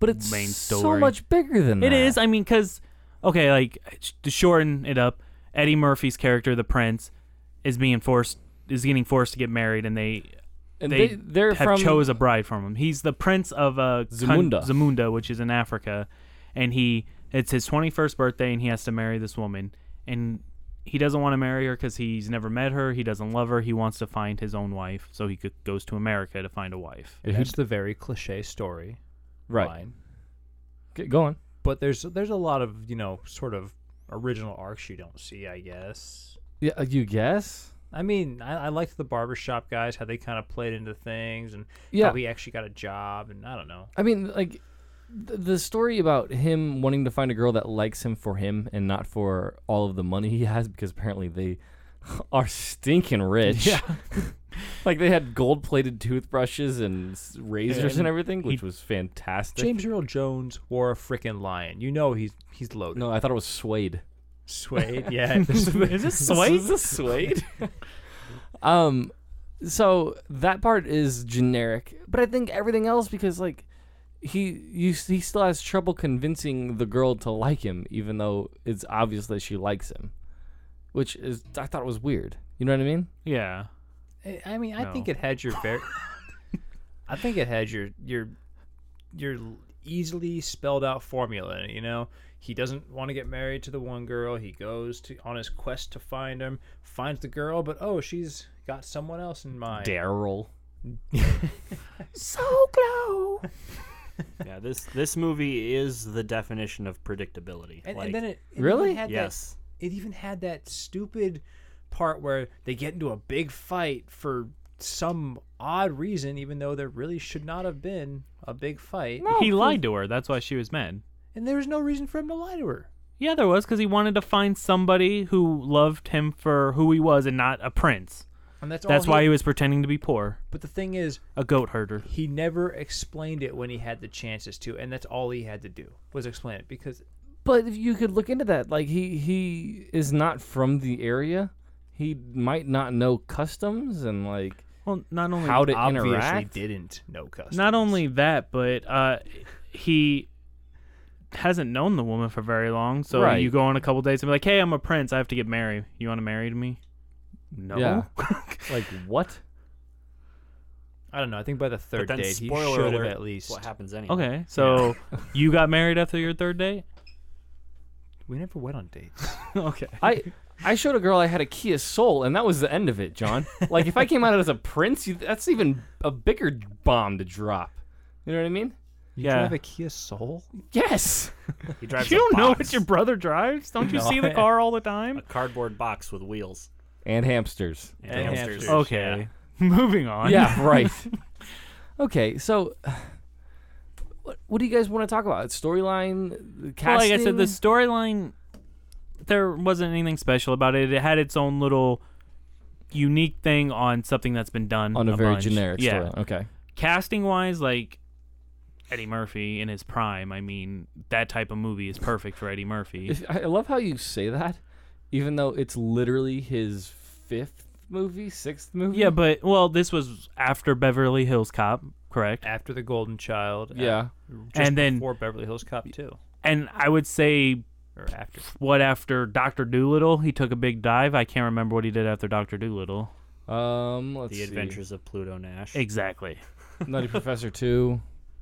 [SPEAKER 10] But it's
[SPEAKER 6] main
[SPEAKER 10] so
[SPEAKER 6] story.
[SPEAKER 10] much bigger than
[SPEAKER 6] it
[SPEAKER 10] that.
[SPEAKER 6] is. I mean, because okay, like sh- to shorten it up, Eddie Murphy's character, the Prince, is being forced is getting forced to get married, and they
[SPEAKER 10] And
[SPEAKER 6] they,
[SPEAKER 10] they- they're
[SPEAKER 6] have
[SPEAKER 10] from-
[SPEAKER 6] chose a bride from him. He's the prince of uh, Kun-
[SPEAKER 10] Zamunda.
[SPEAKER 6] Zamunda, which is in Africa, and he it's his twenty first birthday, and he has to marry this woman, and he doesn't want to marry her because he's never met her. He doesn't love her. He wants to find his own wife, so he go- goes to America to find a wife.
[SPEAKER 12] And that's the very cliche story,
[SPEAKER 6] Right.
[SPEAKER 12] line.
[SPEAKER 10] Okay, go on.
[SPEAKER 12] But there's there's a lot of you know sort of original arcs you don't see. I guess.
[SPEAKER 10] Yeah, uh, you guess?
[SPEAKER 12] I mean, I, I liked the barbershop guys how they kind of played into things and
[SPEAKER 10] Yeah.
[SPEAKER 12] how he actually got a job and I don't know.
[SPEAKER 10] I mean, like th- the story about him wanting to find a girl that likes him for him and not for all of the money he has because apparently they are stinking rich. Yeah. like they had gold-plated toothbrushes and s- razors and,
[SPEAKER 12] And
[SPEAKER 10] everything,
[SPEAKER 12] he-
[SPEAKER 10] which was fantastic.
[SPEAKER 12] James Earl Jones wore a freaking lion. You know he's he's loaded.
[SPEAKER 10] No, I thought it was suede.
[SPEAKER 12] Suede, yeah.
[SPEAKER 10] Is this suede? um, so that part is generic, but I think everything else because like he you he still has trouble convincing the girl to like him, even though it's obvious that she likes him, which is I thought it was weird. You know what I mean?
[SPEAKER 6] Yeah.
[SPEAKER 12] I- I mean, I
[SPEAKER 10] No.
[SPEAKER 12] think it had your very. I think it had your your your easily spelled out formula. in it, You know, he doesn't want to get married to the one girl. He goes to on his quest to find him, finds the girl, but oh, she's got someone else in mind.
[SPEAKER 10] Daryl.
[SPEAKER 12] So close.
[SPEAKER 11] yeah, this this movie is the definition of predictability.
[SPEAKER 12] And,
[SPEAKER 11] Like-
[SPEAKER 12] and then it, it Even had
[SPEAKER 11] yes.
[SPEAKER 12] That, it even had that stupid part where they get into a big fight for some odd reason, even though there really should not have been a big fight.
[SPEAKER 6] he lied to her. That's why she was mad.
[SPEAKER 12] and there was no reason for him to lie to her.
[SPEAKER 6] Yeah, there was because he wanted to find somebody who loved him for who he was and not a prince.
[SPEAKER 12] And that's all
[SPEAKER 6] that's why
[SPEAKER 12] he-
[SPEAKER 6] he was pretending to be poor,
[SPEAKER 12] But the thing is,
[SPEAKER 6] a goat herder.
[SPEAKER 12] he never explained it when he had the chances to, and that's all he had to do was explain it because
[SPEAKER 10] But if you could look into that, like he he is not from the area. He might not know customs and like
[SPEAKER 6] well, not only
[SPEAKER 10] how to
[SPEAKER 12] obviously
[SPEAKER 10] interact.
[SPEAKER 12] didn't know customs.
[SPEAKER 6] Not only that, but uh, he hasn't known the woman for very long. So
[SPEAKER 10] Right.
[SPEAKER 6] you go on a couple dates and be like, "Hey, I'm a prince. I have to get married. You want to marry to me?" No.
[SPEAKER 10] Yeah. like what?
[SPEAKER 12] I don't know. I think by the third
[SPEAKER 11] then
[SPEAKER 12] date he
[SPEAKER 11] spoiler
[SPEAKER 12] should have
[SPEAKER 11] alert,
[SPEAKER 12] at least.
[SPEAKER 11] what happens anyway.
[SPEAKER 6] Okay, so you got married after your third date.
[SPEAKER 12] We never went on dates.
[SPEAKER 6] okay.
[SPEAKER 10] I I showed a girl I had a Kia Soul, and that was the end of it, John. Like if I came out as a prince, you, that's even a bigger bomb to drop. You know what I mean?
[SPEAKER 12] You
[SPEAKER 6] yeah.
[SPEAKER 12] drive a Kia Soul?
[SPEAKER 10] Yes.
[SPEAKER 11] He drives
[SPEAKER 6] You
[SPEAKER 11] a
[SPEAKER 6] don't know
[SPEAKER 11] box,
[SPEAKER 6] what your brother drives? Don't you
[SPEAKER 12] No,
[SPEAKER 6] see the
[SPEAKER 12] I-
[SPEAKER 6] car all the time?
[SPEAKER 11] a cardboard box with wheels.
[SPEAKER 10] And hamsters.
[SPEAKER 12] And hamsters.
[SPEAKER 6] Okay. Moving on.
[SPEAKER 10] Yeah. Right. okay. So. What, what do you guys want to talk about? Storyline, casting.
[SPEAKER 6] Well, like I said, the storyline there wasn't anything special about it. It had its own little unique thing on something that's been done
[SPEAKER 10] on a, very
[SPEAKER 6] bunch.
[SPEAKER 10] generic
[SPEAKER 6] Yeah.
[SPEAKER 10] storyline. Okay.
[SPEAKER 6] Casting wise, like Eddie Murphy in his prime, I mean, that type of movie is perfect for Eddie Murphy.
[SPEAKER 10] If- I I love how you say that, even though it's literally his fifth movie, sixth movie.
[SPEAKER 6] yeah, but well, this was after Beverly Hills Cop, correct?
[SPEAKER 12] After the Golden Child. uh,
[SPEAKER 10] Yeah.
[SPEAKER 12] just
[SPEAKER 6] And then-
[SPEAKER 12] before Beverly Hills Cop too,
[SPEAKER 6] And I would say
[SPEAKER 12] or after.
[SPEAKER 6] what after Doctor Doolittle, he took a big dive. I can't remember what he did after Doctor Doolittle.
[SPEAKER 10] Um. Let's
[SPEAKER 11] The
[SPEAKER 10] see.
[SPEAKER 11] Adventures of Pluto Nash.
[SPEAKER 6] Exactly.
[SPEAKER 10] Nutty Professor Two,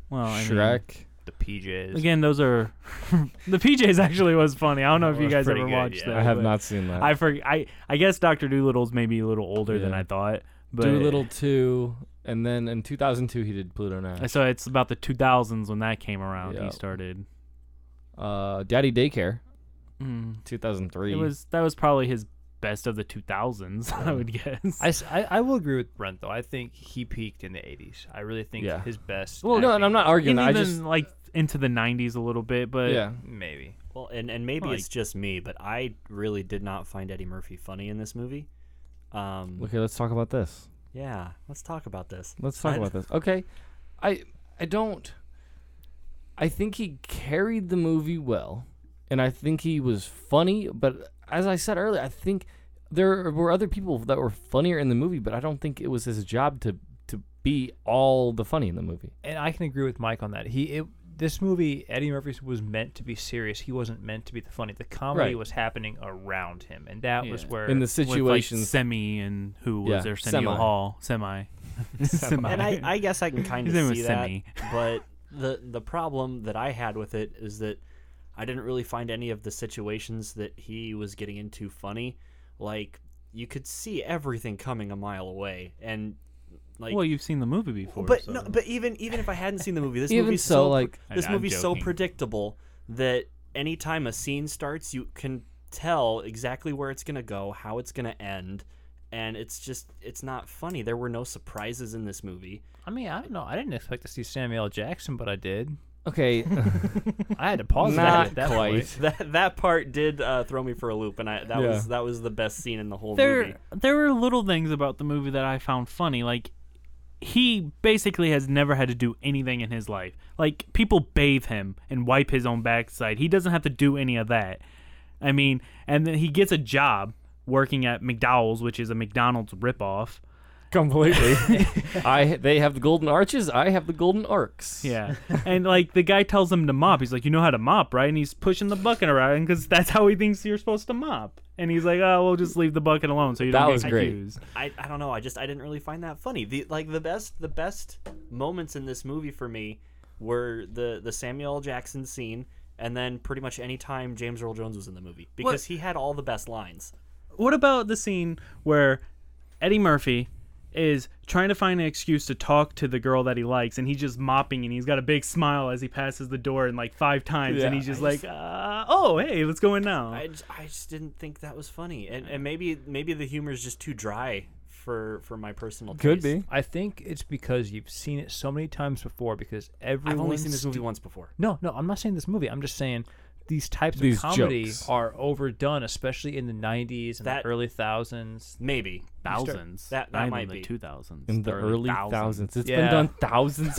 [SPEAKER 6] Well, I mean-
[SPEAKER 10] Shrek.
[SPEAKER 12] The PJs.
[SPEAKER 6] Again, those are the PJs. Actually, was funny. I don't know if you
[SPEAKER 12] was
[SPEAKER 6] guys
[SPEAKER 12] pretty
[SPEAKER 6] ever
[SPEAKER 12] good,
[SPEAKER 6] watched
[SPEAKER 12] yeah.
[SPEAKER 6] that.
[SPEAKER 10] I have
[SPEAKER 6] but
[SPEAKER 10] not seen that.
[SPEAKER 6] I for, I I guess Doctor Doolittle's maybe a little older than
[SPEAKER 10] Yeah.
[SPEAKER 6] I thought. But
[SPEAKER 10] Doolittle Two, and then in 2002 he did Pluto Nash.
[SPEAKER 6] So it's about the 2000s when that came around.
[SPEAKER 10] Yeah.
[SPEAKER 6] He started.
[SPEAKER 10] Uh, Daddy Daycare,
[SPEAKER 6] Mm.
[SPEAKER 10] 2003.
[SPEAKER 6] It was that was probably his best of the 2000s. I would guess.
[SPEAKER 12] I, s- I- I will agree with Brent though. I think he peaked in the '80s. I really think
[SPEAKER 10] Yeah.
[SPEAKER 12] his best.
[SPEAKER 10] Well, no, and I'm not
[SPEAKER 6] and
[SPEAKER 10] arguing. that. I
[SPEAKER 6] even
[SPEAKER 10] just
[SPEAKER 6] like into the 90s a little bit, but
[SPEAKER 10] yeah.
[SPEAKER 12] maybe.
[SPEAKER 11] Well, and, and maybe
[SPEAKER 6] Like-
[SPEAKER 11] it's just me, but I really did not find Eddie Murphy funny in this movie. Um,
[SPEAKER 10] Okay, let's talk about this.
[SPEAKER 11] yeah, let's talk about this.
[SPEAKER 10] Let's talk
[SPEAKER 11] I-
[SPEAKER 10] about this. Okay. I I don't I think he carried the movie well and I think he was funny, but as I said earlier, I think there were other people that were funnier in the movie, but I don't think it was his job to to be all the funny in the movie.
[SPEAKER 12] And I can agree with Mike on that. He it, this movie, Eddie Murphy was meant to be serious. He wasn't meant to be the funny. The comedy
[SPEAKER 10] Right.
[SPEAKER 12] was happening around him, and that was
[SPEAKER 6] Yeah.
[SPEAKER 12] where
[SPEAKER 10] In the
[SPEAKER 6] With, like,
[SPEAKER 10] situations-
[SPEAKER 6] Semi and who was
[SPEAKER 10] Yeah,
[SPEAKER 6] there? Semi
[SPEAKER 10] Semi.
[SPEAKER 6] Hall, Semi, Semi.
[SPEAKER 11] And I, I guess I can kind of
[SPEAKER 6] His name was
[SPEAKER 11] see that.
[SPEAKER 6] Semi.
[SPEAKER 11] But the the problem that I had with it is that I didn't really find any of the situations that he was getting into funny. Like you could see everything coming a mile away, and like
[SPEAKER 6] well, you've seen the movie before,
[SPEAKER 11] but
[SPEAKER 6] so-
[SPEAKER 11] no, but even even if I hadn't seen the movie, this
[SPEAKER 10] Even
[SPEAKER 11] movie's
[SPEAKER 10] so,
[SPEAKER 11] so, pre-
[SPEAKER 10] like-
[SPEAKER 11] this
[SPEAKER 6] I'm
[SPEAKER 11] movie's so
[SPEAKER 6] joking.
[SPEAKER 11] predictable that anytime a scene starts, you can tell exactly where it's gonna go, how it's gonna end, and it's just it's not funny. There were no surprises in this movie.
[SPEAKER 12] I mean, I don't know. I didn't expect to see Samuel L. Jackson, but I did.
[SPEAKER 10] Okay,
[SPEAKER 12] I had to pause that
[SPEAKER 10] Not
[SPEAKER 12] at that
[SPEAKER 10] quite.
[SPEAKER 12] point.
[SPEAKER 11] That that part did uh, throw me for a loop, and I that
[SPEAKER 10] Yeah.
[SPEAKER 11] was that was the best scene in the whole
[SPEAKER 6] there
[SPEAKER 11] movie.
[SPEAKER 6] there were little things about the movie that I found funny. Like he basically has never had to do anything in his life. Like people bathe him and wipe his own backside. He doesn't have to do any of that. I mean, and then he gets a job working at McDowell's, which is a McDonald's ripoff.
[SPEAKER 10] completely. I they have the golden arches. I have the golden arcs.
[SPEAKER 6] Yeah. and like the guy tells him to mop. He's like, "You know how to mop, right?" And he's pushing the bucket around because that's how he thinks you're supposed to mop. And he's like, "Oh, we'll just leave the bucket alone so you don't
[SPEAKER 10] That
[SPEAKER 6] get
[SPEAKER 10] was great.
[SPEAKER 6] confused."
[SPEAKER 11] I, I don't know. I just I didn't really find that funny. The like the best the best moments in this movie for me were the the Samuel L. Jackson scene and then pretty much any time James Earl Jones was in the movie because he had all the best lines.
[SPEAKER 6] What about the scene where Eddie Murphy is trying to find an excuse to talk to the girl that he likes, and he's just mopping, and he's got a big smile as he passes the door, and like five times, and
[SPEAKER 10] Yeah.
[SPEAKER 6] he's just like, uh, "Oh, hey, let's go in now."
[SPEAKER 11] I just, I just didn't think that was funny. And and maybe maybe the humor is just too dry for for my personal
[SPEAKER 10] Could
[SPEAKER 11] taste.
[SPEAKER 10] be.
[SPEAKER 12] I think it's because you've seen it so many times before. Because everyone
[SPEAKER 11] I've only seen this movie once before.
[SPEAKER 12] No, no, I'm not saying this movie. I'm just saying these types
[SPEAKER 10] These
[SPEAKER 12] of comedy
[SPEAKER 10] jokes.
[SPEAKER 12] are overdone, especially in the 90s and
[SPEAKER 11] That-
[SPEAKER 12] the early thousands.
[SPEAKER 11] Maybe.
[SPEAKER 6] Thousands.
[SPEAKER 11] That- that
[SPEAKER 6] Not even
[SPEAKER 11] might
[SPEAKER 6] the
[SPEAKER 11] be.
[SPEAKER 6] two thousands.
[SPEAKER 10] In the early thousands, it's been
[SPEAKER 12] Yeah.
[SPEAKER 10] done thousands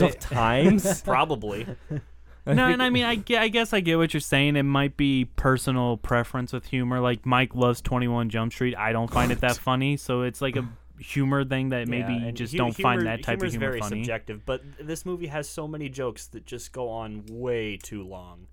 [SPEAKER 10] of times.
[SPEAKER 11] Probably.
[SPEAKER 6] No, and I mean, I, ge- I guess I get what you're saying. It might be personal preference with humor. Like Mike loves Twenty One Jump Street. I don't find it that funny, so it's like a humor thing that maybe
[SPEAKER 11] Yeah,
[SPEAKER 6] you
[SPEAKER 11] and
[SPEAKER 6] just
[SPEAKER 11] hu-
[SPEAKER 6] don't find
[SPEAKER 11] humor-
[SPEAKER 6] that type of
[SPEAKER 11] humor's
[SPEAKER 6] humor
[SPEAKER 11] very
[SPEAKER 6] funny.
[SPEAKER 11] subjective, but this movie has so many jokes that just go on way too long.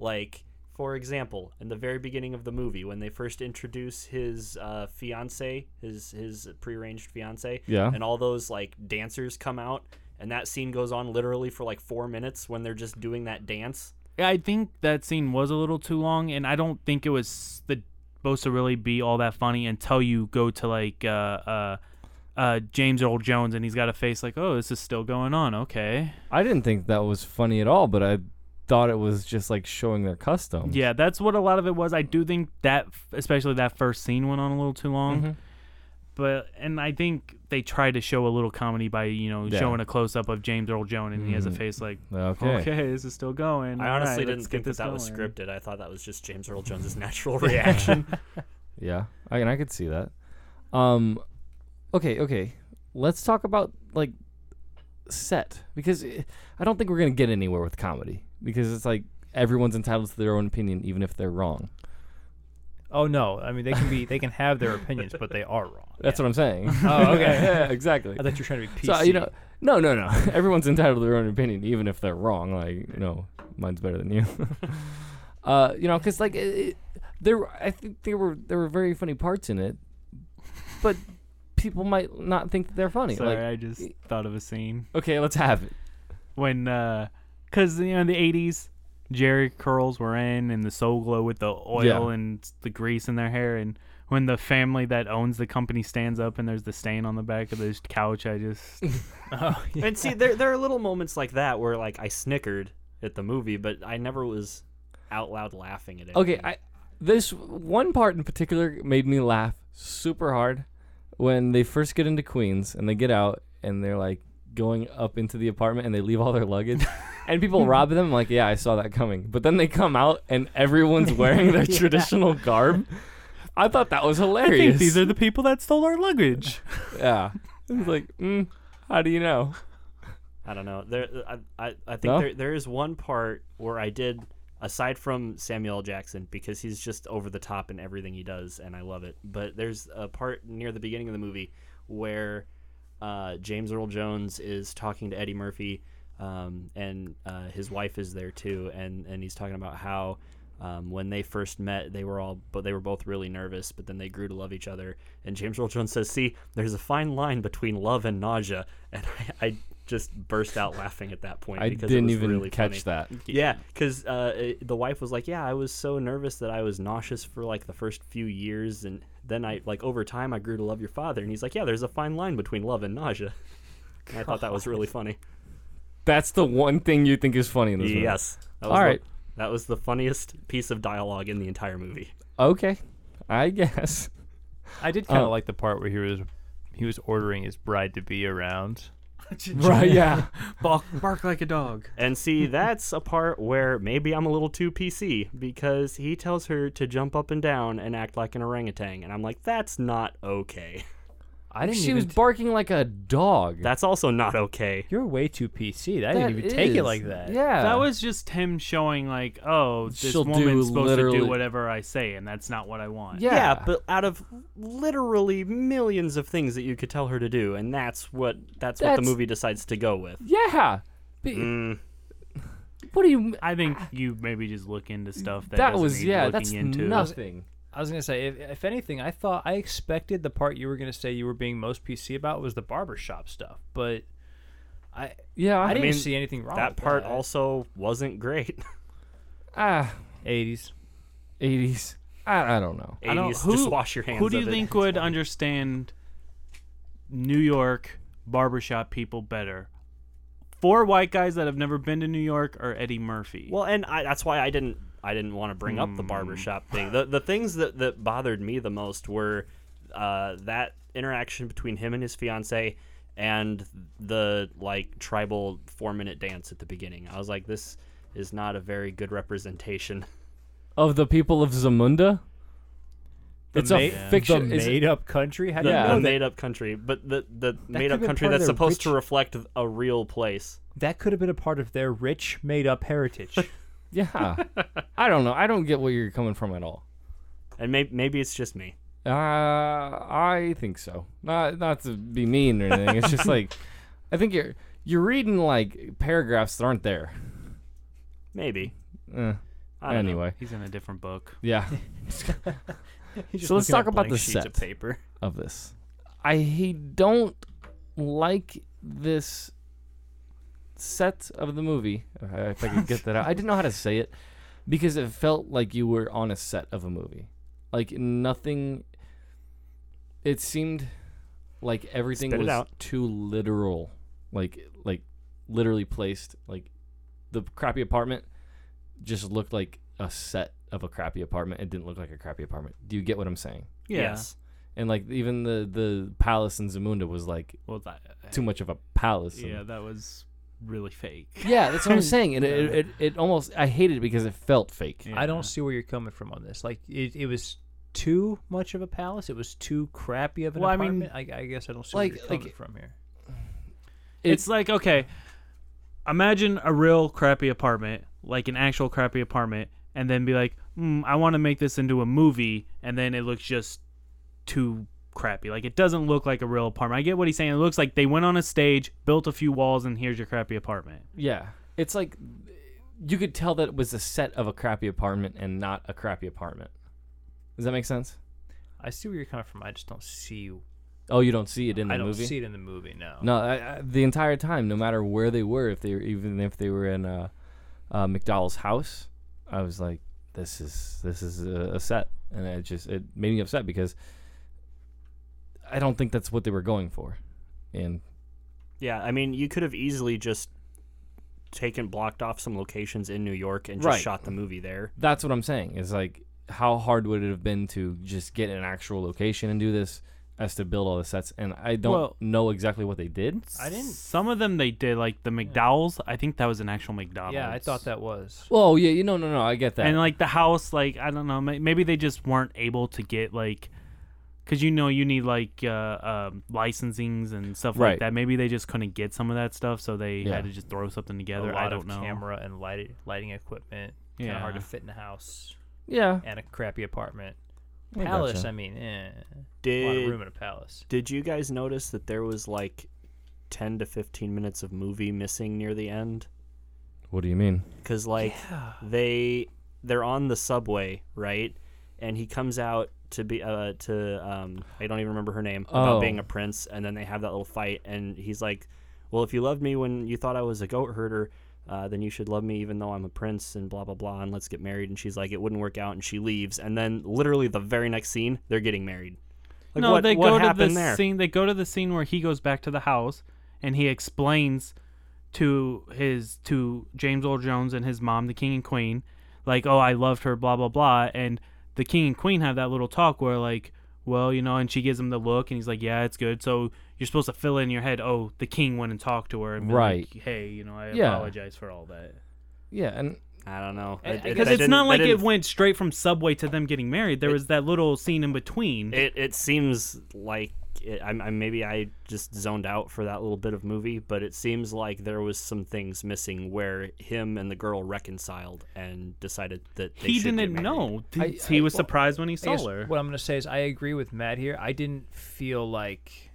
[SPEAKER 11] Like, for example, in the very beginning of the movie, when they first introduce his uh, fiance, his his prearranged fiance,
[SPEAKER 10] Yeah.
[SPEAKER 11] and all those like dancers come out, and that scene goes on literally for like four minutes when they're just doing that dance.
[SPEAKER 6] I think that scene was a little too long, and I don't think it was the supposed to really be all that funny until you go to like uh, uh, uh, James Earl Jones, and he's got a face like, "Oh, this is still going on." Okay,
[SPEAKER 10] I didn't think that was funny at all, but I thought it was just like showing their customs.
[SPEAKER 6] yeah, that's what a lot of it was. I do think that, especially that first scene, went on a little too long.
[SPEAKER 10] Mm-hmm.
[SPEAKER 6] But and I think they tried to show a little comedy by you know
[SPEAKER 10] Yeah. Mm-hmm.
[SPEAKER 6] showing a close up of James Earl Jones, and he has a face like,
[SPEAKER 10] Okay.
[SPEAKER 6] "Okay, this is still going."
[SPEAKER 11] I
[SPEAKER 6] All
[SPEAKER 11] honestly
[SPEAKER 6] right,
[SPEAKER 11] didn't
[SPEAKER 6] let's
[SPEAKER 11] think
[SPEAKER 6] get
[SPEAKER 11] that
[SPEAKER 6] this
[SPEAKER 11] that was
[SPEAKER 6] going."
[SPEAKER 11] scripted. I thought that was just James Earl Jones' natural reaction.
[SPEAKER 10] Yeah, I and I could see that. Um, okay, okay. Let's talk about like set because eh, I don't think we're gonna get anywhere with comedy because it's like everyone's entitled to their own opinion even if they're wrong.
[SPEAKER 12] Oh no, I mean they can be they can have their opinions, but they are wrong.
[SPEAKER 10] That's what I'm saying.
[SPEAKER 12] Oh, okay.
[SPEAKER 10] yeah, exactly.
[SPEAKER 12] I thought you were trying to be PC.
[SPEAKER 10] So you know, no, no, no. Everyone's entitled to their own opinion, even if they're wrong. Like, no, mine's better than you. uh, you know, because like it, it, there, were- I think there were there were very funny parts in it, but people might not think that they're funny.
[SPEAKER 6] Sorry,
[SPEAKER 10] like,
[SPEAKER 6] I just thought of a scene.
[SPEAKER 10] okay, let's have it.
[SPEAKER 6] when because you know in the eighties Jerry curls were in and the soul glow with the oil
[SPEAKER 10] Yeah.
[SPEAKER 6] and the grease in their hair and when the family that owns the company stands up and there's the stain on the back of this couch, I just
[SPEAKER 11] And see, there there are little moments like that where like I snickered at the movie, but I never was out loud laughing at it.
[SPEAKER 10] Okay, I this one part in particular made me laugh super hard when they first get into Queens and they get out and they're like going up into the apartment and they leave all their luggage and people rob them I'm like yeah I saw that coming but then they come out and everyone's wearing their traditional garb I thought that was
[SPEAKER 6] I
[SPEAKER 10] hilarious
[SPEAKER 6] think these are the people that stole our luggage.
[SPEAKER 10] yeah it's like mm, how do you know
[SPEAKER 11] I don't know. There, I I, I think
[SPEAKER 10] No?
[SPEAKER 11] there there is one part where I did aside from Samuel L. Jackson because he's just over the top in everything he does, and I love it. But there's a part near the beginning of the movie where uh, James Earl Jones is talking to Eddie Murphy um, and uh, his wife is there too, and and he's talking about how. Um, when they first met, they were all, but they were both really nervous. But then they grew to love each other. And James Earl Jones says, "See, there's a fine line between love and nausea." And I, I just burst out laughing at that point.
[SPEAKER 10] I
[SPEAKER 11] because it
[SPEAKER 10] didn't
[SPEAKER 11] was
[SPEAKER 10] even
[SPEAKER 11] really
[SPEAKER 10] catch
[SPEAKER 11] funny.
[SPEAKER 10] that.
[SPEAKER 11] Yeah, because uh, it- the wife was like, "Yeah, I was so nervous that I was nauseous for like the first few years, and then I like over time I grew to love your father." And he's like, "Yeah, there's a fine line between love and nausea." And I thought that was really funny.
[SPEAKER 10] That's the one thing you think is funny in this movie.
[SPEAKER 11] Yes, that
[SPEAKER 10] All
[SPEAKER 11] was
[SPEAKER 10] right.
[SPEAKER 11] the- that was the funniest piece of dialogue in the entire movie.
[SPEAKER 10] Okay. I guess.
[SPEAKER 12] I did kind of
[SPEAKER 10] Oh.
[SPEAKER 12] like the part where he was he was ordering his bride to be around.
[SPEAKER 10] Right, yeah.
[SPEAKER 6] bark, bark like a dog.
[SPEAKER 11] And see, that's a part where maybe I'm a little too PC because he tells her to jump up and down and act like an orangutan, and I'm like, that's not okay.
[SPEAKER 12] I
[SPEAKER 10] didn't She even was t- barking like a dog.
[SPEAKER 11] That's also not okay.
[SPEAKER 12] You're way too PC. I
[SPEAKER 10] didn't That even take it is- like that. yeah.
[SPEAKER 6] that was just him showing like, oh, this
[SPEAKER 10] She'll do
[SPEAKER 6] woman's supposed to
[SPEAKER 10] literally-
[SPEAKER 6] do whatever I say, and that's not what I want.
[SPEAKER 11] Yeah. but out of literally millions of things that you could tell her to do, and that's what that's, what
[SPEAKER 10] That's-
[SPEAKER 11] the movie decides to go with.
[SPEAKER 10] Yeah. Be-
[SPEAKER 11] Mm.
[SPEAKER 10] What do you?
[SPEAKER 6] I think you maybe just look into stuff that,
[SPEAKER 10] That
[SPEAKER 6] doesn't
[SPEAKER 10] was-
[SPEAKER 6] need
[SPEAKER 10] yeah,
[SPEAKER 6] Looking
[SPEAKER 10] that's
[SPEAKER 6] into.
[SPEAKER 10] nothing.
[SPEAKER 12] I was gonna say, if, if anything, I thought I expected the part you were gonna say you were being most PC about was the barbershop stuff, but I
[SPEAKER 10] Yeah,
[SPEAKER 12] I,
[SPEAKER 10] I
[SPEAKER 12] didn't
[SPEAKER 10] mean,
[SPEAKER 12] see anything wrong.
[SPEAKER 11] That
[SPEAKER 12] with
[SPEAKER 11] part
[SPEAKER 12] that.
[SPEAKER 11] also wasn't great.
[SPEAKER 10] Ah,
[SPEAKER 12] eighties,
[SPEAKER 10] eighties. I, I don't know.
[SPEAKER 6] I don't.
[SPEAKER 11] 80s,
[SPEAKER 6] Who,
[SPEAKER 11] just wash your hands
[SPEAKER 6] Who do
[SPEAKER 11] of
[SPEAKER 6] you
[SPEAKER 11] it.
[SPEAKER 6] think would understand New York barbershop people better? Four white guys that have never been to New York or Eddie Murphy?
[SPEAKER 11] Well, and I, that's why I didn't I didn't want to bring up the barbershop thing. The the things that that bothered me the most were uh, that interaction between him and his fiance and the like tribal 4 minute dance at the beginning. I was like this is not a very good representation.
[SPEAKER 10] Of the people of Zamunda.
[SPEAKER 12] The
[SPEAKER 10] it's a
[SPEAKER 12] ma-
[SPEAKER 10] fiction.
[SPEAKER 12] the
[SPEAKER 10] is it-
[SPEAKER 12] made up country. How do
[SPEAKER 11] The,
[SPEAKER 10] Yeah.
[SPEAKER 12] you know that?
[SPEAKER 11] made up country, but the the made
[SPEAKER 12] could've
[SPEAKER 11] up
[SPEAKER 12] been
[SPEAKER 11] country
[SPEAKER 12] part of
[SPEAKER 11] that's
[SPEAKER 12] their
[SPEAKER 11] supposed to
[SPEAKER 12] rich-
[SPEAKER 11] reflect a real place.
[SPEAKER 12] That could have been a part of their rich made up heritage.
[SPEAKER 10] yeah. I don't know. I don't get where you're coming from at all.
[SPEAKER 11] And maybe maybe it's just me.
[SPEAKER 10] Uh, I think so. Not not to be mean or anything. It's just like, I think you're you're reading like paragraphs that aren't there.
[SPEAKER 11] Maybe.
[SPEAKER 10] Eh,
[SPEAKER 11] I don't know.
[SPEAKER 10] anyway,
[SPEAKER 6] He's in a different book.
[SPEAKER 10] yeah.
[SPEAKER 12] He's just
[SPEAKER 10] So let's
[SPEAKER 12] looking at
[SPEAKER 10] talk about
[SPEAKER 12] blank
[SPEAKER 10] the
[SPEAKER 12] sheets
[SPEAKER 10] set
[SPEAKER 12] of paper.
[SPEAKER 10] of this. I he don't like this set of the movie. Uh, If I could get that out, I didn't know how to say it because it felt like you were on a set of a movie. Like nothing. It seemed like everything
[SPEAKER 11] Spit it
[SPEAKER 10] was
[SPEAKER 11] out.
[SPEAKER 10] too literal. Like like literally placed. Like the crappy apartment just looked like a set of a crappy apartment. It didn't look like a crappy apartment. Do you get what I'm saying?
[SPEAKER 6] Yeah.
[SPEAKER 11] Yes.
[SPEAKER 10] and like even the the palace in Zamunda was like
[SPEAKER 6] Well, that,
[SPEAKER 10] too much of a palace. and-
[SPEAKER 6] yeah, that was really fake.
[SPEAKER 10] yeah, that's what I'm saying. And it, it, it almost I hated it because it felt fake.
[SPEAKER 12] I don't see where you're coming from on this. Like it, it was too much of a palace. It was too crappy of an
[SPEAKER 6] Well, I mean-
[SPEAKER 12] apartment. I, I, guess I don't see
[SPEAKER 10] Like-
[SPEAKER 12] where you're coming
[SPEAKER 10] like-
[SPEAKER 12] from here.
[SPEAKER 6] It's like okay, imagine a real crappy apartment, like an actual crappy apartment, and then be like, mm, I want to make this into a movie, and then it looks just too crappy. Like it doesn't look like a real apartment. I get what he's saying. It looks like they went on a stage, built a few walls, and here's your crappy apartment.
[SPEAKER 10] Yeah, it's like you could tell that it was a set of a crappy apartment and not a crappy apartment. Does that make sense?
[SPEAKER 12] I see where you're coming from. I just don't see.
[SPEAKER 10] Oh, you don't see it in the
[SPEAKER 12] I don't
[SPEAKER 10] movie.
[SPEAKER 12] see it in the movie. No.
[SPEAKER 10] No, I, I, the entire time, no matter where they were, if they were, even if they were in uh, uh, McDowell's house, I was like, this is this is a, a set, and it just it made me upset because I don't think that's what they were going for, and
[SPEAKER 11] Yeah, I mean, you could have easily just taken blocked off some locations in New York and just
[SPEAKER 10] Right.
[SPEAKER 11] shot the movie there.
[SPEAKER 10] that's what I'm saying. Is like, how hard would it have been to just get an actual location and do this? As to build all the sets, and I don't
[SPEAKER 6] Well-
[SPEAKER 10] know exactly what they did.
[SPEAKER 12] I didn't.
[SPEAKER 6] Some of them they did, like the McDowell's. I think that was an actual McDonald's.
[SPEAKER 12] Yeah, I thought that was.
[SPEAKER 10] Oh yeah, you no no no, I get that.
[SPEAKER 6] And like the house, like I don't know, may- maybe they just weren't able to get like, because you know you need like uh, um, licensings and stuff
[SPEAKER 10] Right.
[SPEAKER 6] like that. Maybe they just couldn't get some of that stuff, so they
[SPEAKER 10] Yeah.
[SPEAKER 6] had to just throw something
[SPEAKER 12] A
[SPEAKER 6] together.
[SPEAKER 12] lot
[SPEAKER 6] Oh, I don't
[SPEAKER 12] of
[SPEAKER 6] know.
[SPEAKER 12] camera and light, lighting equipment. Kind of hard to
[SPEAKER 6] Yeah.
[SPEAKER 12] fit in a house
[SPEAKER 10] yeah,
[SPEAKER 12] and a crappy apartment.
[SPEAKER 10] I
[SPEAKER 12] Palace.
[SPEAKER 10] gotcha.
[SPEAKER 12] I mean, eh, a lot of
[SPEAKER 11] Did
[SPEAKER 12] room in a palace.
[SPEAKER 11] Did you guys notice that there was like ten to fifteen minutes of movie missing near the end.
[SPEAKER 10] What do you mean?
[SPEAKER 11] because like
[SPEAKER 10] Yeah.
[SPEAKER 11] they they're on the subway right and he comes out to be uh to um i don't even remember her name
[SPEAKER 10] Oh.
[SPEAKER 11] about being a prince and then they have that little fight and he's like well if you loved me when you thought i was a goat herder uh, then you should love me even though i'm a prince and blah blah blah and let's get married and she's like it wouldn't work out and she leaves and then literally the very next scene they're getting married like
[SPEAKER 6] no,
[SPEAKER 11] what,
[SPEAKER 6] they
[SPEAKER 11] what
[SPEAKER 6] go to
[SPEAKER 11] happened
[SPEAKER 6] the
[SPEAKER 11] there
[SPEAKER 6] scene. They go to the scene where he goes back to the house, and he explains to his to James Earl Jones and his mom, the king and queen, like, "Oh, I loved her," blah blah blah. And the king and queen have that little talk where, like, well, you know, and she gives him the look, and he's like, "Yeah, it's good." So you're supposed to fill in your head, "Oh, the king went and talked to her," and be
[SPEAKER 10] Right.
[SPEAKER 6] Like, hey, you know, I
[SPEAKER 10] Yeah.
[SPEAKER 6] apologize for all that.
[SPEAKER 10] Yeah, and
[SPEAKER 11] i don't know I- I-
[SPEAKER 6] Eh, Because
[SPEAKER 11] I
[SPEAKER 6] it's
[SPEAKER 11] didn't-
[SPEAKER 6] not
[SPEAKER 11] I
[SPEAKER 6] like it
[SPEAKER 11] didn't
[SPEAKER 6] went straight from subway to them getting married. There was that little scene in between.
[SPEAKER 11] It it seems like it, I'm, i maybe I just zoned out for that little bit of movie, but it seems like there was some things missing where him and the girl reconciled and decided that they
[SPEAKER 6] he
[SPEAKER 11] should get
[SPEAKER 6] didn't
[SPEAKER 11] married.
[SPEAKER 6] know. Th- he was surprised when he saw her.
[SPEAKER 12] What I'm gonna say is, I agree with Matt here. I didn't feel like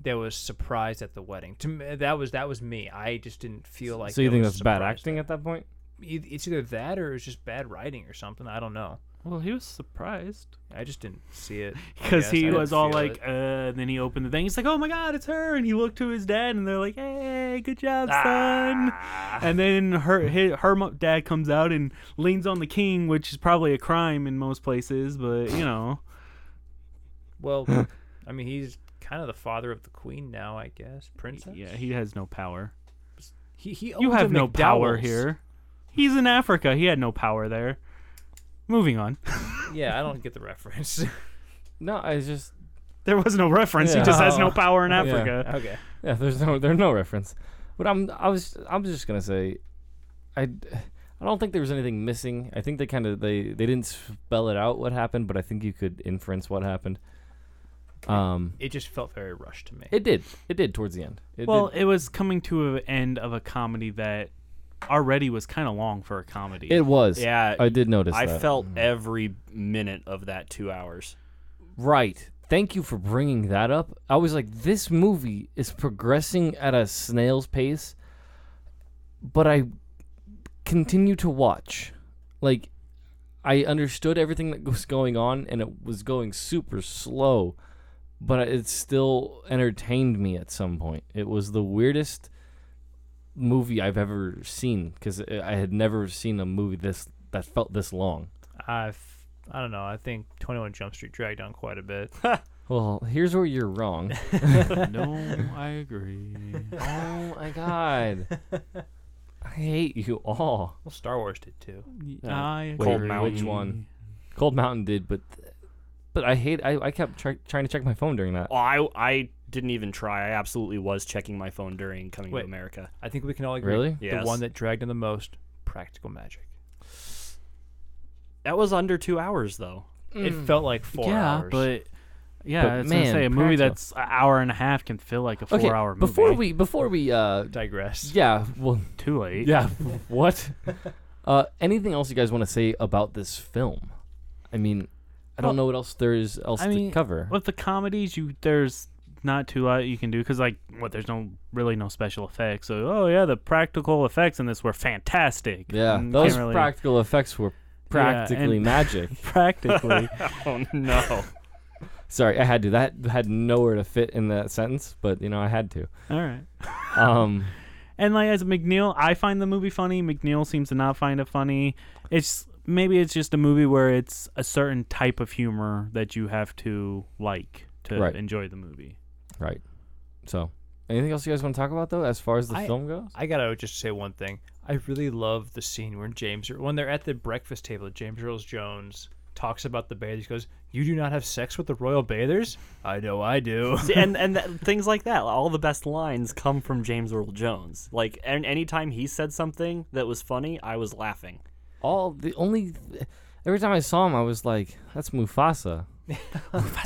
[SPEAKER 12] there was surprise at the wedding. To me, that was that was me. I just didn't feel like.
[SPEAKER 10] so you
[SPEAKER 12] there
[SPEAKER 10] think
[SPEAKER 12] was
[SPEAKER 10] that's bad
[SPEAKER 12] surprise
[SPEAKER 10] acting at that point?
[SPEAKER 12] Eith- It's either that or it's just bad writing or something. I don't know.
[SPEAKER 6] Well, he was surprised
[SPEAKER 12] I just didn't see it I
[SPEAKER 6] because
[SPEAKER 12] guess. I
[SPEAKER 6] he
[SPEAKER 12] didn't
[SPEAKER 6] was all
[SPEAKER 12] feel
[SPEAKER 6] like,
[SPEAKER 12] it.
[SPEAKER 6] uh, and then he opened the thing. He's like, "Oh my God, it's her!" And he looked to his dad, and they're like, "Hey, good job,
[SPEAKER 11] Ah.
[SPEAKER 6] son!" And then her hi her mo- dad comes out and leans on the king, which is probably a crime in most places, but you know,
[SPEAKER 12] Well, I mean, he's kind of the father of the queen now, I guess. Princess.
[SPEAKER 6] yeah, he has no power.
[SPEAKER 12] He, he
[SPEAKER 6] You
[SPEAKER 12] owns a
[SPEAKER 6] have no power
[SPEAKER 12] McDowell's.
[SPEAKER 6] here. He's in Africa. He had no power there. Moving on.
[SPEAKER 12] Yeah, I don't get the reference.
[SPEAKER 10] No, I just
[SPEAKER 6] There was no reference. He
[SPEAKER 10] Yeah.
[SPEAKER 6] just has no power in
[SPEAKER 10] Yeah.
[SPEAKER 6] Africa.
[SPEAKER 12] okay.
[SPEAKER 10] Yeah, there's no there's no reference. But I'm I was I was just gonna say, I I don't think there was anything missing. I think they kind of they they didn't spell it out what happened, but I think you could inference what happened. Um,
[SPEAKER 12] It just felt very rushed to me.
[SPEAKER 10] it did it did towards the end. It
[SPEAKER 6] well,
[SPEAKER 10] did-
[SPEAKER 6] it was coming to an end of a comedy that already was kind of long for a comedy.
[SPEAKER 10] it was.
[SPEAKER 11] Yeah,
[SPEAKER 10] I did notice.
[SPEAKER 11] I
[SPEAKER 10] that.
[SPEAKER 11] felt every minute of that two hours.
[SPEAKER 10] Right. Thank you for bringing that up. I was like, this movie is progressing at a snail's pace, but I continue to watch. Like, I understood everything that was going on, and it was going super slow, but it still entertained me at some point. It was the weirdest movie I've ever seen because I had never seen a movie this that felt this long.
[SPEAKER 12] I, I don't know. I think Twenty One Jump Street dragged on quite a bit.
[SPEAKER 10] Well, here's where you're wrong.
[SPEAKER 6] no, I agree.
[SPEAKER 10] Oh my god. I hate you all.
[SPEAKER 12] well, Star Wars did too.
[SPEAKER 6] I agree.
[SPEAKER 10] Cold Mountain. Which one? Cold Mountain did, but but I hate I, I kept try, trying to check my phone during that.
[SPEAKER 11] Oh, I I didn't even try. I absolutely was checking my phone during coming
[SPEAKER 12] Wait.
[SPEAKER 11] to America.
[SPEAKER 12] I think we can all agree.
[SPEAKER 10] Really?
[SPEAKER 12] The
[SPEAKER 11] Yes.
[SPEAKER 12] one that dragged on the most, Practical Magic.
[SPEAKER 11] That was under two hours though.
[SPEAKER 12] It felt like four
[SPEAKER 6] yeah,
[SPEAKER 12] hours.
[SPEAKER 6] but yeah,
[SPEAKER 10] But
[SPEAKER 6] I was gonna
[SPEAKER 10] man,
[SPEAKER 6] say a movie
[SPEAKER 10] practical.
[SPEAKER 6] that's an hour and a half can feel like a
[SPEAKER 10] Okay,
[SPEAKER 6] four-hour movie.
[SPEAKER 10] before we before we uh
[SPEAKER 12] digress.
[SPEAKER 10] yeah, well
[SPEAKER 6] too late.
[SPEAKER 10] yeah, what? Uh anything else you guys want to say about this film? I mean, I don't know what else there is else
[SPEAKER 6] I mean,
[SPEAKER 10] to cover.
[SPEAKER 6] with the comedies, you there's not too lot you can do because like what there's no really no special effects. So oh yeah, the practical effects in this were fantastic.
[SPEAKER 10] Yeah,
[SPEAKER 6] Mm,
[SPEAKER 10] those
[SPEAKER 6] can't really-
[SPEAKER 10] practical effects were practically
[SPEAKER 6] and-
[SPEAKER 10] magic.
[SPEAKER 6] practically.
[SPEAKER 11] Oh no.
[SPEAKER 10] Sorry, I had to. That had nowhere to fit in that sentence, but you know, I had to.
[SPEAKER 6] All right.
[SPEAKER 10] Um
[SPEAKER 6] And like as McNeil, I find the movie funny. McNeil seems to not find it funny. It's maybe it's just a movie where it's a certain type of humor that you have to like to
[SPEAKER 10] Right.
[SPEAKER 6] enjoy the movie.
[SPEAKER 10] Right. So, anything else you guys want to talk about though, as far as the
[SPEAKER 12] I-
[SPEAKER 10] film goes?
[SPEAKER 12] I gotta just say one thing. I really love the scene where James, when they're at the breakfast table, James Earl Jones talks about the bathers. He goes, "You do not have sex with the royal bathers? I know I do."
[SPEAKER 11] See, and and that, things like that. All the best lines come from James Earl Jones. Like, and anytime he said something that was funny, I was laughing.
[SPEAKER 10] All the only every time I saw him, I was like, "That's Mufasa." Mufasa.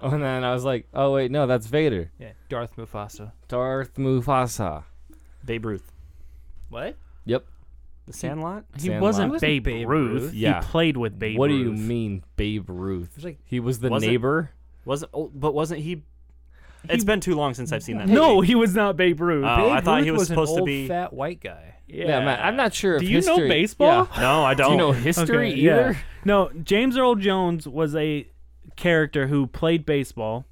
[SPEAKER 10] And then I was like, "Oh wait, no, that's Vader."
[SPEAKER 12] yeah, Darth Mufasa.
[SPEAKER 10] Darth Mufasa.
[SPEAKER 11] Babe Ruth,
[SPEAKER 12] What?
[SPEAKER 10] Yep.
[SPEAKER 11] The Sandlot.
[SPEAKER 6] He
[SPEAKER 10] Sandlot.
[SPEAKER 6] wasn't,
[SPEAKER 10] He wasn't
[SPEAKER 6] Babe,
[SPEAKER 12] Babe
[SPEAKER 6] Ruth.
[SPEAKER 12] Ruth.
[SPEAKER 10] Yeah.
[SPEAKER 6] He played with Babe
[SPEAKER 10] what
[SPEAKER 6] Ruth.
[SPEAKER 10] do you mean, Babe Ruth?
[SPEAKER 12] was like-
[SPEAKER 10] he was the
[SPEAKER 11] Wasn't-
[SPEAKER 10] neighbor.
[SPEAKER 11] Wasn't oh, but wasn't he It's been too long since I've seen that.
[SPEAKER 6] No,
[SPEAKER 11] movie.
[SPEAKER 6] he was not Babe Ruth.
[SPEAKER 11] Oh, I thought he was, supposed to be
[SPEAKER 12] fat white guy.
[SPEAKER 10] Yeah, man, I'm not sure.
[SPEAKER 6] Do
[SPEAKER 10] if
[SPEAKER 6] you know
[SPEAKER 10] history-
[SPEAKER 6] baseball?
[SPEAKER 10] Yeah.
[SPEAKER 11] No, I
[SPEAKER 10] Do you
[SPEAKER 11] don't.
[SPEAKER 10] know
[SPEAKER 11] Okay,
[SPEAKER 10] history
[SPEAKER 6] Okay,
[SPEAKER 10] either?
[SPEAKER 6] yeah. No, James Earl Jones was a character who played baseball.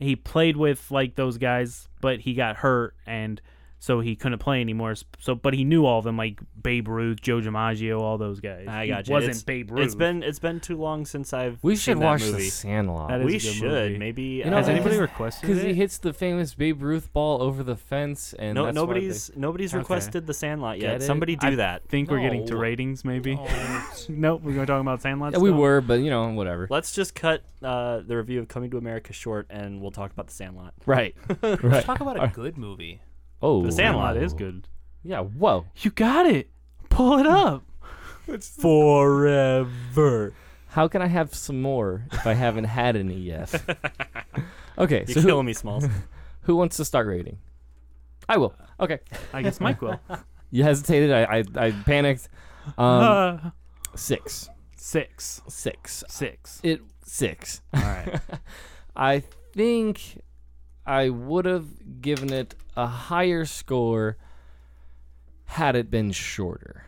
[SPEAKER 6] He played with like those guys, but he got hurt and so he couldn't play anymore. S- So, but he knew all of them, like Babe Ruth, Joe DiMaggio, all those guys.
[SPEAKER 11] I
[SPEAKER 6] He
[SPEAKER 11] got you.
[SPEAKER 6] Wasn't
[SPEAKER 11] It's-
[SPEAKER 6] Babe Ruth?
[SPEAKER 11] It's been it's been too long since I've.
[SPEAKER 10] We
[SPEAKER 11] seen
[SPEAKER 10] should
[SPEAKER 11] that
[SPEAKER 10] watch The
[SPEAKER 11] movie.
[SPEAKER 10] Sandlot.
[SPEAKER 6] That is a
[SPEAKER 11] We
[SPEAKER 6] good
[SPEAKER 11] should
[SPEAKER 6] movie.
[SPEAKER 11] maybe.
[SPEAKER 6] You know, Has anybody requested
[SPEAKER 10] Because he
[SPEAKER 6] it?
[SPEAKER 10] hits the famous Babe Ruth ball over the fence, and
[SPEAKER 11] No,
[SPEAKER 10] that's why
[SPEAKER 11] nobody's
[SPEAKER 10] they-
[SPEAKER 11] nobody's
[SPEAKER 10] Okay.
[SPEAKER 11] requested The Sandlot yet.
[SPEAKER 10] Get it?
[SPEAKER 11] Somebody do
[SPEAKER 10] I
[SPEAKER 11] that.
[SPEAKER 6] think we're getting to
[SPEAKER 10] No.
[SPEAKER 6] ratings, maybe. nope, we're going to talk about Sandlot.
[SPEAKER 10] Yeah, we
[SPEAKER 6] still?
[SPEAKER 10] were, but you know, whatever.
[SPEAKER 11] Let's just cut uh, the review of Coming to America short, and we'll talk about The Sandlot.
[SPEAKER 10] Right.
[SPEAKER 12] Let's
[SPEAKER 10] right.
[SPEAKER 12] talk about a
[SPEAKER 10] Alright.
[SPEAKER 12] good movie.
[SPEAKER 10] Oh,
[SPEAKER 11] The Sandlot is
[SPEAKER 6] good.
[SPEAKER 10] Yeah. Whoa.
[SPEAKER 6] You got it. Pull it up.
[SPEAKER 11] Forever.
[SPEAKER 10] How can I have some more if I haven't had any yet? okay.
[SPEAKER 11] You're
[SPEAKER 10] so who,
[SPEAKER 11] killing me, Smalls.
[SPEAKER 10] who wants to start rating? I will. Okay.
[SPEAKER 6] I guess Mike will.
[SPEAKER 10] You hesitated. I I, I panicked. Um,
[SPEAKER 6] Uh,
[SPEAKER 10] six.
[SPEAKER 6] six.
[SPEAKER 10] Six.
[SPEAKER 6] Six.
[SPEAKER 10] It six. All right. I think I would have given it a higher score had it been shorter.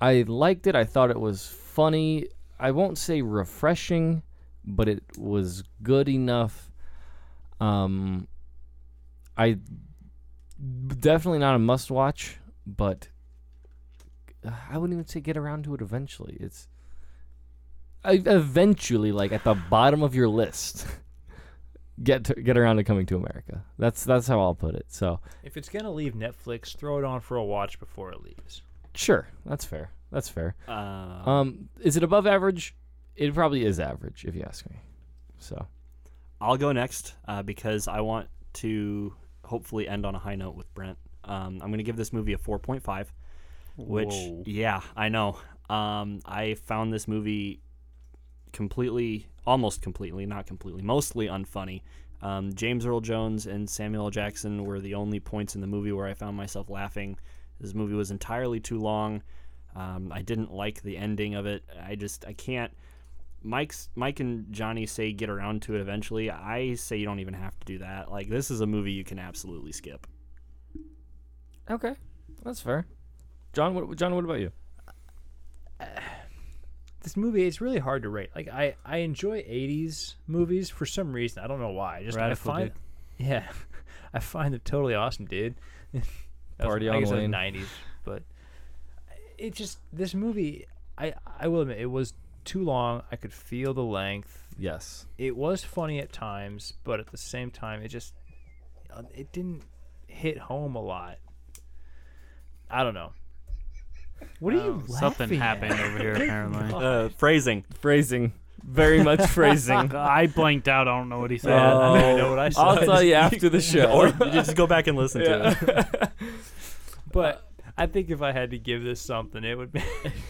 [SPEAKER 10] I liked it. I thought it was funny. I won't say refreshing, but it was good enough. Um, I definitely not a must watch, but I wouldn't even say get around to it eventually. It's I, eventually like at the bottom of your list. Get to, get around to coming to America. That's that's how I'll put it. So
[SPEAKER 12] If it's gonna leave Netflix, throw it on for a watch before it leaves.
[SPEAKER 10] sure, that's fair. That's fair.
[SPEAKER 11] Uh,
[SPEAKER 10] Um, is it above average? It probably is average if you ask me. So
[SPEAKER 11] I'll go next uh, because I want to hopefully end on a high note with Brent. Um, I'm going to give this movie a 4.5, which, yeah, I know. Um, I found this movie completely, almost completely, not completely, mostly unfunny. Um, James Earl Jones and Samuel L. Jackson were the only points in the movie where I found myself laughing. This movie was entirely too long. Um, I didn't like the ending of it. I just, I can't. Mike's Mike and Johnny say get around to it eventually. I say you don't even have to do that. Like this is a movie you can absolutely skip.
[SPEAKER 10] okay, that's fair. John, what, John, what about you?
[SPEAKER 12] This movie, it's really hard to rate. Like I, I enjoy '80s movies for some reason. I don't know why. I just
[SPEAKER 6] Radical
[SPEAKER 12] I find, yeah, I find them totally awesome, dude. That was-
[SPEAKER 10] Party
[SPEAKER 12] I
[SPEAKER 10] on
[SPEAKER 12] guess that was
[SPEAKER 10] Wayne.
[SPEAKER 12] '90s, but it just this movie. I, I will admit it was too long. I could feel the length.
[SPEAKER 10] Yes.
[SPEAKER 12] it was funny at times, but at the same time, it just uh, it didn't hit home a lot. I don't know. What are you laughing
[SPEAKER 6] Something
[SPEAKER 12] at?
[SPEAKER 6] happened over here apparently.
[SPEAKER 11] Uh, phrasing.
[SPEAKER 10] Phrasing, very much phrasing.
[SPEAKER 6] I blanked out. I don't know what he said.
[SPEAKER 12] I don't even know what I said.
[SPEAKER 10] Oh. I'll tell you after the
[SPEAKER 11] Or
[SPEAKER 10] show.
[SPEAKER 11] you just go back and listen to it.
[SPEAKER 12] But I think if I had to give this something, it would be.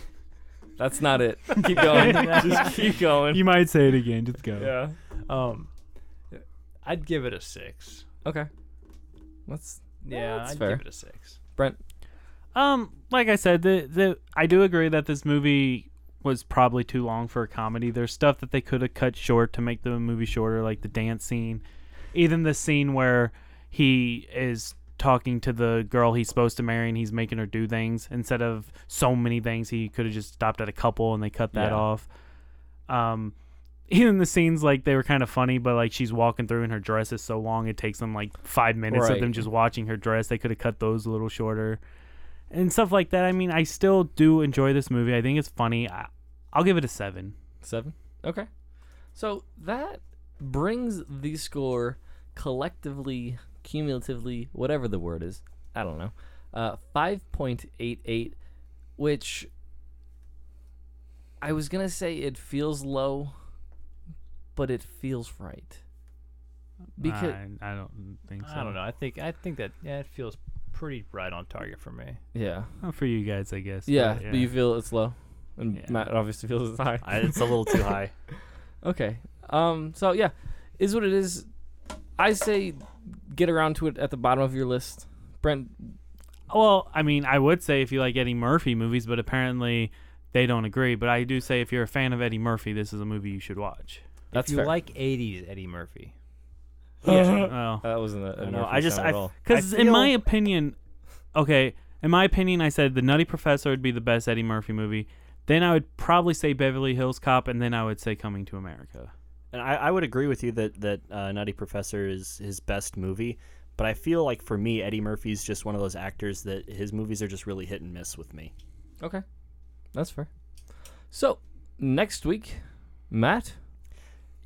[SPEAKER 10] That's not it. Keep going. Just keep going.
[SPEAKER 6] You might say it again. Just go.
[SPEAKER 12] yeah. Um, I'd give it a six.
[SPEAKER 10] Okay. Let's
[SPEAKER 12] Yeah,
[SPEAKER 10] that's
[SPEAKER 12] I'd
[SPEAKER 10] fair.
[SPEAKER 12] give it a six.
[SPEAKER 10] Brent.
[SPEAKER 6] Um, like I said, the the I do agree that this movie was probably too long for a comedy. There's stuff that they could have cut short to make the movie shorter, like the dance scene, even the scene where he is talking to the girl he's supposed to marry and he's making her do things instead of so many things. He could have just stopped at a couple and they cut that
[SPEAKER 10] Yeah.
[SPEAKER 6] off. Um. Even the scenes like they were kind of funny, but like she's walking through and her dress is so long it takes them like five minutes of
[SPEAKER 10] Right.
[SPEAKER 6] them just watching her dress. They could have cut those a little shorter and stuff like that. I mean, I still do enjoy this movie. I think it's funny. I, I'll give it a seven.
[SPEAKER 10] Seven. Okay. So that brings the score collectively, cumulatively, whatever the word is, I don't know, uh, 5.88, which I was going to say it feels low, but it feels right. Because,
[SPEAKER 6] I, I don't think so.
[SPEAKER 12] I don't know. I think I think that yeah, it feels pretty right on target for me.
[SPEAKER 10] yeah.
[SPEAKER 6] Not for you guys, I guess.
[SPEAKER 10] yeah.
[SPEAKER 6] but
[SPEAKER 10] But you feel it's low. And
[SPEAKER 6] Yeah.
[SPEAKER 10] Matt obviously feels it's high.
[SPEAKER 11] I, it's a little too high.
[SPEAKER 10] Okay. Um. So yeah, is what it is. I say get around to it at the bottom of your list. Brent,
[SPEAKER 6] Well, I mean, I would say if you like Eddie Murphy movies, but apparently they don't agree. But I do say if you're a fan of Eddie Murphy, this is a movie you should watch.
[SPEAKER 10] that's
[SPEAKER 12] if you
[SPEAKER 10] fair.
[SPEAKER 12] like '80s Eddie Murphy,
[SPEAKER 6] Yeah. Well,
[SPEAKER 10] that wasn't a, a
[SPEAKER 6] I
[SPEAKER 11] know,
[SPEAKER 10] Murphy
[SPEAKER 11] Oh. I just-
[SPEAKER 10] sound at
[SPEAKER 11] I-
[SPEAKER 10] all.
[SPEAKER 6] Because
[SPEAKER 11] I
[SPEAKER 6] in
[SPEAKER 11] feel-
[SPEAKER 6] my opinion, okay, in my opinion, I said the Nutty Professor would be the best Eddie Murphy movie. Then I would probably say Beverly Hills Cop, and then I would say Coming to America.
[SPEAKER 11] And I, I would agree with you that that uh, Nutty Professor is his best movie, but I feel like for me, Eddie Murphy's just one of those actors that his movies are just really hit and miss with me.
[SPEAKER 10] Okay, that's fair. So next week, Matt.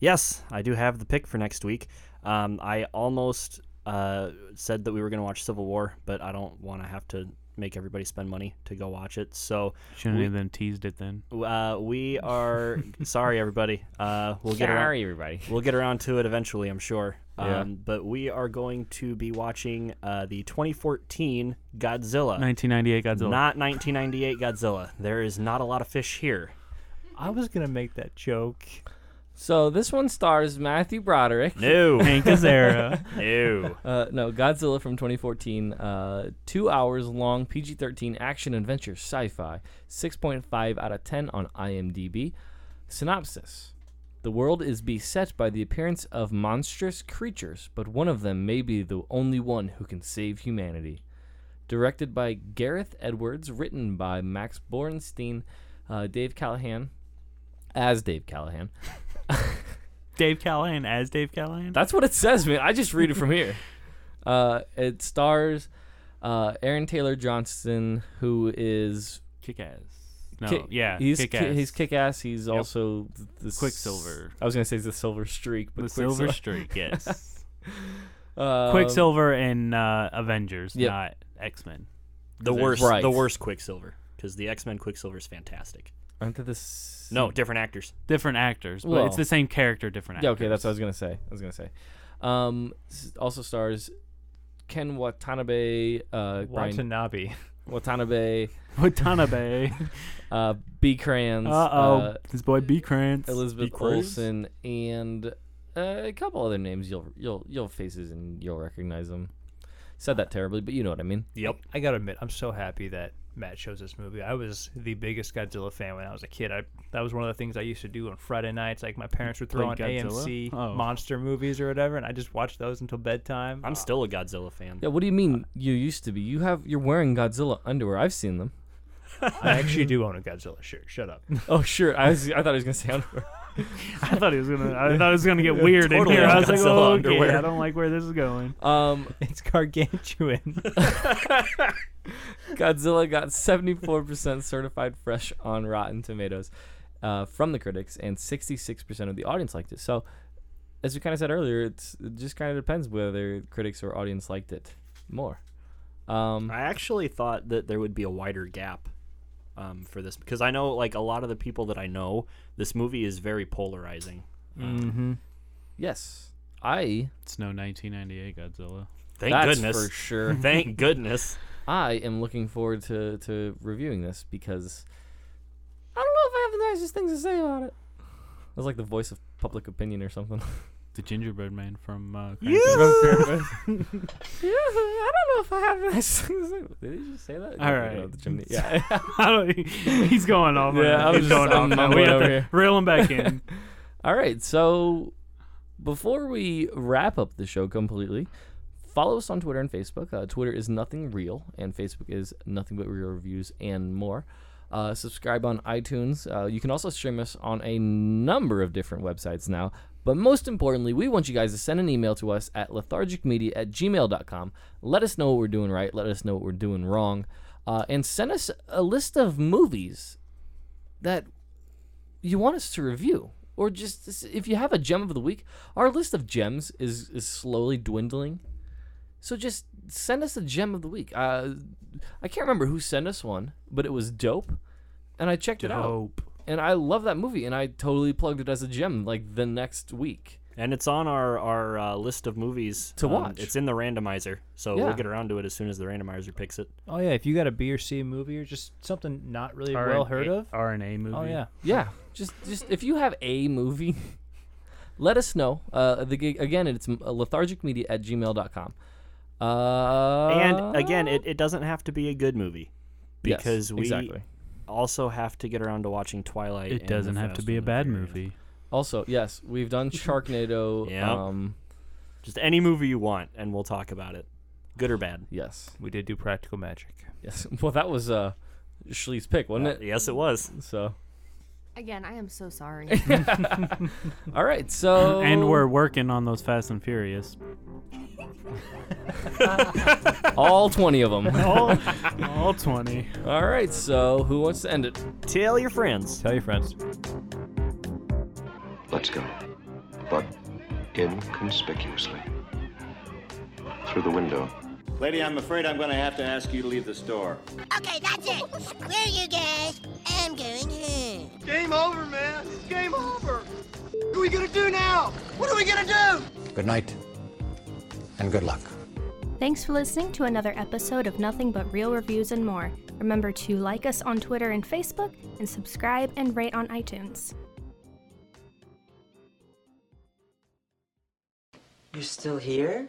[SPEAKER 11] Yes, I do have the pick for next week. Um, I almost uh, said that we were going to watch Civil War, but I don't want to have to make everybody spend money to go watch it. So
[SPEAKER 6] Shouldn't
[SPEAKER 11] we-
[SPEAKER 6] have then teased it then.
[SPEAKER 11] Uh, we are sorry, everybody. Uh, we'll get
[SPEAKER 10] Sorry,
[SPEAKER 11] around,
[SPEAKER 10] everybody.
[SPEAKER 11] We'll get around to it eventually, I'm sure.
[SPEAKER 10] Yeah.
[SPEAKER 11] Um, but we are going to be watching uh, the 2014 Godzilla,
[SPEAKER 6] 1998 Godzilla.
[SPEAKER 11] not 1998 Godzilla. There is not a lot of fish here.
[SPEAKER 12] I was gonna make that joke.
[SPEAKER 10] So this one stars Matthew Broderick.
[SPEAKER 11] No.
[SPEAKER 6] Hank Azaria.
[SPEAKER 11] no.
[SPEAKER 10] Uh, no, Godzilla from 2014, uh, two hours long, PG-13 action adventure sci-fi, 6.5 out of 10 on IMDb. Synopsis: The world is beset by the appearance of monstrous creatures, but one of them may be the only one who can save humanity. Directed by Gareth Edwards, written by Max Borenstein, uh, Dave Callahan, as Dave Callahan.
[SPEAKER 6] Dave Callahan as Dave Callahan.
[SPEAKER 10] That's what it says, man. I just read it from here. Uh, it stars uh, Aaron Taylor Johnston, who is
[SPEAKER 6] kick ass. No,
[SPEAKER 10] Ki-
[SPEAKER 6] yeah,
[SPEAKER 10] he's
[SPEAKER 6] kick
[SPEAKER 10] ki-
[SPEAKER 6] ass.
[SPEAKER 10] he's kick ass. He's also th- the s-
[SPEAKER 6] Quicksilver.
[SPEAKER 10] I was gonna say he's the Silver Streak, but
[SPEAKER 6] The Silver
[SPEAKER 10] Quicksil-
[SPEAKER 6] Streak, yes.
[SPEAKER 10] Um,
[SPEAKER 6] Quicksilver in uh, Avengers,
[SPEAKER 10] Yep.
[SPEAKER 6] not X Men.
[SPEAKER 11] The worst,
[SPEAKER 10] Right.
[SPEAKER 11] the worst Quicksilver, because the X Men Quicksilver is fantastic.
[SPEAKER 10] Aren't they the s-
[SPEAKER 11] No, different actors.
[SPEAKER 6] Different actors, but
[SPEAKER 10] Well-
[SPEAKER 6] it's the same character, different
[SPEAKER 10] Yeah,
[SPEAKER 6] actors.
[SPEAKER 10] okay, that's what I was gonna say. I was gonna say. Um, s- also stars Ken Watanabe, uh, Brian
[SPEAKER 12] Watanabe.
[SPEAKER 10] Watanabe,
[SPEAKER 6] Watanabe.
[SPEAKER 10] uh, B. Kranz,
[SPEAKER 6] Uh-oh.
[SPEAKER 10] uh,
[SPEAKER 6] this boy B. Krantz.
[SPEAKER 10] Elizabeth
[SPEAKER 6] Cruz?
[SPEAKER 10] Olsen and uh, a couple other names you'll you'll you'll faces and you'll recognize them. Said that terribly, but you know what I mean.
[SPEAKER 11] Yep.
[SPEAKER 12] I gotta admit, I'm so happy that Matt chose this movie. I was the biggest Godzilla fan when I was a kid. I that was one of the things I used to do on Friday nights. Like my parents would throw on
[SPEAKER 6] Played Godzilla?
[SPEAKER 12] AMC
[SPEAKER 6] Oh.
[SPEAKER 12] monster movies or whatever, and I just watched those until bedtime.
[SPEAKER 11] I'm still a Godzilla fan.
[SPEAKER 10] Yeah, what do you mean you used to be? You have you're wearing Godzilla underwear. I've seen them.
[SPEAKER 12] I actually do own a Godzilla shirt. Shut up.
[SPEAKER 10] Oh sure, I was, I thought I was gonna say underwear.
[SPEAKER 6] I thought it was gonna. I thought it was gonna get weird
[SPEAKER 11] Totally
[SPEAKER 6] in here. I was like,
[SPEAKER 11] Godzilla
[SPEAKER 6] oh, okay,
[SPEAKER 11] underwear.
[SPEAKER 6] I don't like where this is going.
[SPEAKER 10] Um,
[SPEAKER 12] It's gargantuan.
[SPEAKER 10] Godzilla got 74% certified fresh on Rotten Tomatoes uh, from the critics, and 66% of the audience liked it. So, as we kind of said earlier, it's, it just kind of depends whether critics or audience liked it more. Um,
[SPEAKER 11] I actually thought that there would be a wider gap um, for this because I know, like, a lot of the people that I know, this movie is very polarizing.
[SPEAKER 10] yes, I.
[SPEAKER 6] It's no 1998 Godzilla.
[SPEAKER 11] Thank
[SPEAKER 10] that's
[SPEAKER 11] goodness.
[SPEAKER 10] for sure.
[SPEAKER 11] Thank goodness.
[SPEAKER 10] I am looking forward to, to reviewing this because I don't know if I have the nicest things to say about it. That's like the voice of public opinion or something.
[SPEAKER 6] The Gingerbread Man from. Uh,
[SPEAKER 10] Yeah, I don't know if I have nice things. to say. Did he just say that?
[SPEAKER 6] All
[SPEAKER 10] Yeah,
[SPEAKER 6] right.
[SPEAKER 10] no, the chimney- Yeah.
[SPEAKER 6] I don't- e, he's going off. on
[SPEAKER 10] Yeah,
[SPEAKER 6] it.
[SPEAKER 10] I was
[SPEAKER 6] he's
[SPEAKER 10] just-
[SPEAKER 6] going
[SPEAKER 10] I'm
[SPEAKER 6] off. now. We
[SPEAKER 10] mumbling
[SPEAKER 6] have
[SPEAKER 10] over
[SPEAKER 6] to
[SPEAKER 10] here.
[SPEAKER 6] reel him back in.
[SPEAKER 10] All right. So before we wrap up the show completely, follow us on Twitter and Facebook. Uh, Twitter is nothing real, and Facebook is nothing but real reviews and more. Uh, subscribe on iTunes. Uh, you can also stream us on a number of different websites now. But most importantly, we want you guys to send an email to us at lethargicmedia at gmail.com. Let us know what we're doing right. Let us know what we're doing wrong. Uh, and send us a list of movies that you want us to review or just if you have a gem of the week our list of gems is, is slowly dwindling so just send us a gem of the week uh, i can't remember who sent us one but it was dope and i checked it
[SPEAKER 11] Oh.
[SPEAKER 10] out
[SPEAKER 6] Dope.
[SPEAKER 10] and i love that movie and i totally plugged it as a gem like the next week
[SPEAKER 11] And it's on our our uh, list of movies
[SPEAKER 10] To
[SPEAKER 11] Um,
[SPEAKER 10] watch.
[SPEAKER 11] It's in the randomizer, so
[SPEAKER 10] Yeah.
[SPEAKER 11] we'll get around to it as soon as the randomizer picks it.
[SPEAKER 12] oh yeah, if you got a B or C movie or just something not really well heard of.
[SPEAKER 6] RNA movie.
[SPEAKER 12] Oh yeah.
[SPEAKER 10] yeah just just if you have a movie let us know uh, the gig again it's lethargicmedia at gmail.com uh,
[SPEAKER 11] and again, it, it doesn't have to be a good movie
[SPEAKER 10] yes,
[SPEAKER 11] because we
[SPEAKER 10] exactly
[SPEAKER 11] also have to get around to watching Twilight.
[SPEAKER 6] It
[SPEAKER 11] and
[SPEAKER 6] doesn't
[SPEAKER 11] The
[SPEAKER 6] have to
[SPEAKER 11] Fast
[SPEAKER 6] be a
[SPEAKER 11] and the
[SPEAKER 6] bad
[SPEAKER 11] Furious.
[SPEAKER 6] movie.
[SPEAKER 10] Also, yes, we've done Sharknado.
[SPEAKER 11] Yep.
[SPEAKER 10] um,
[SPEAKER 11] Just any movie you want, and we'll talk about it, good or bad.
[SPEAKER 10] Yes,
[SPEAKER 12] we did do Practical Magic.
[SPEAKER 10] Yes. Well, that was uh, Shlee's pick, wasn't it?
[SPEAKER 11] Uh, Yes, it was.
[SPEAKER 10] So.
[SPEAKER 13] Again, I am so sorry.
[SPEAKER 10] All right, so
[SPEAKER 6] and we're working on those Fast and Furious.
[SPEAKER 10] all twenty of them.
[SPEAKER 6] All- all twenty.
[SPEAKER 10] All right, so who wants to end it?
[SPEAKER 11] Tell your friends.
[SPEAKER 12] Tell your friends.
[SPEAKER 5] Let's go. But inconspicuously. Through the window.
[SPEAKER 14] Lady, I'm afraid I'm going to have to ask you to leave the store.
[SPEAKER 15] Okay, that's it. Screw you guys. I'm going home.
[SPEAKER 9] Game over, man. It's game over. What are we gonna do now? What are we gonna do?
[SPEAKER 16] Good night, and good luck.
[SPEAKER 1] Thanks for listening to another episode of Nothing But Real Reviews and More. Remember to like us on Twitter and Facebook, and subscribe and rate on iTunes.
[SPEAKER 17] You're still here?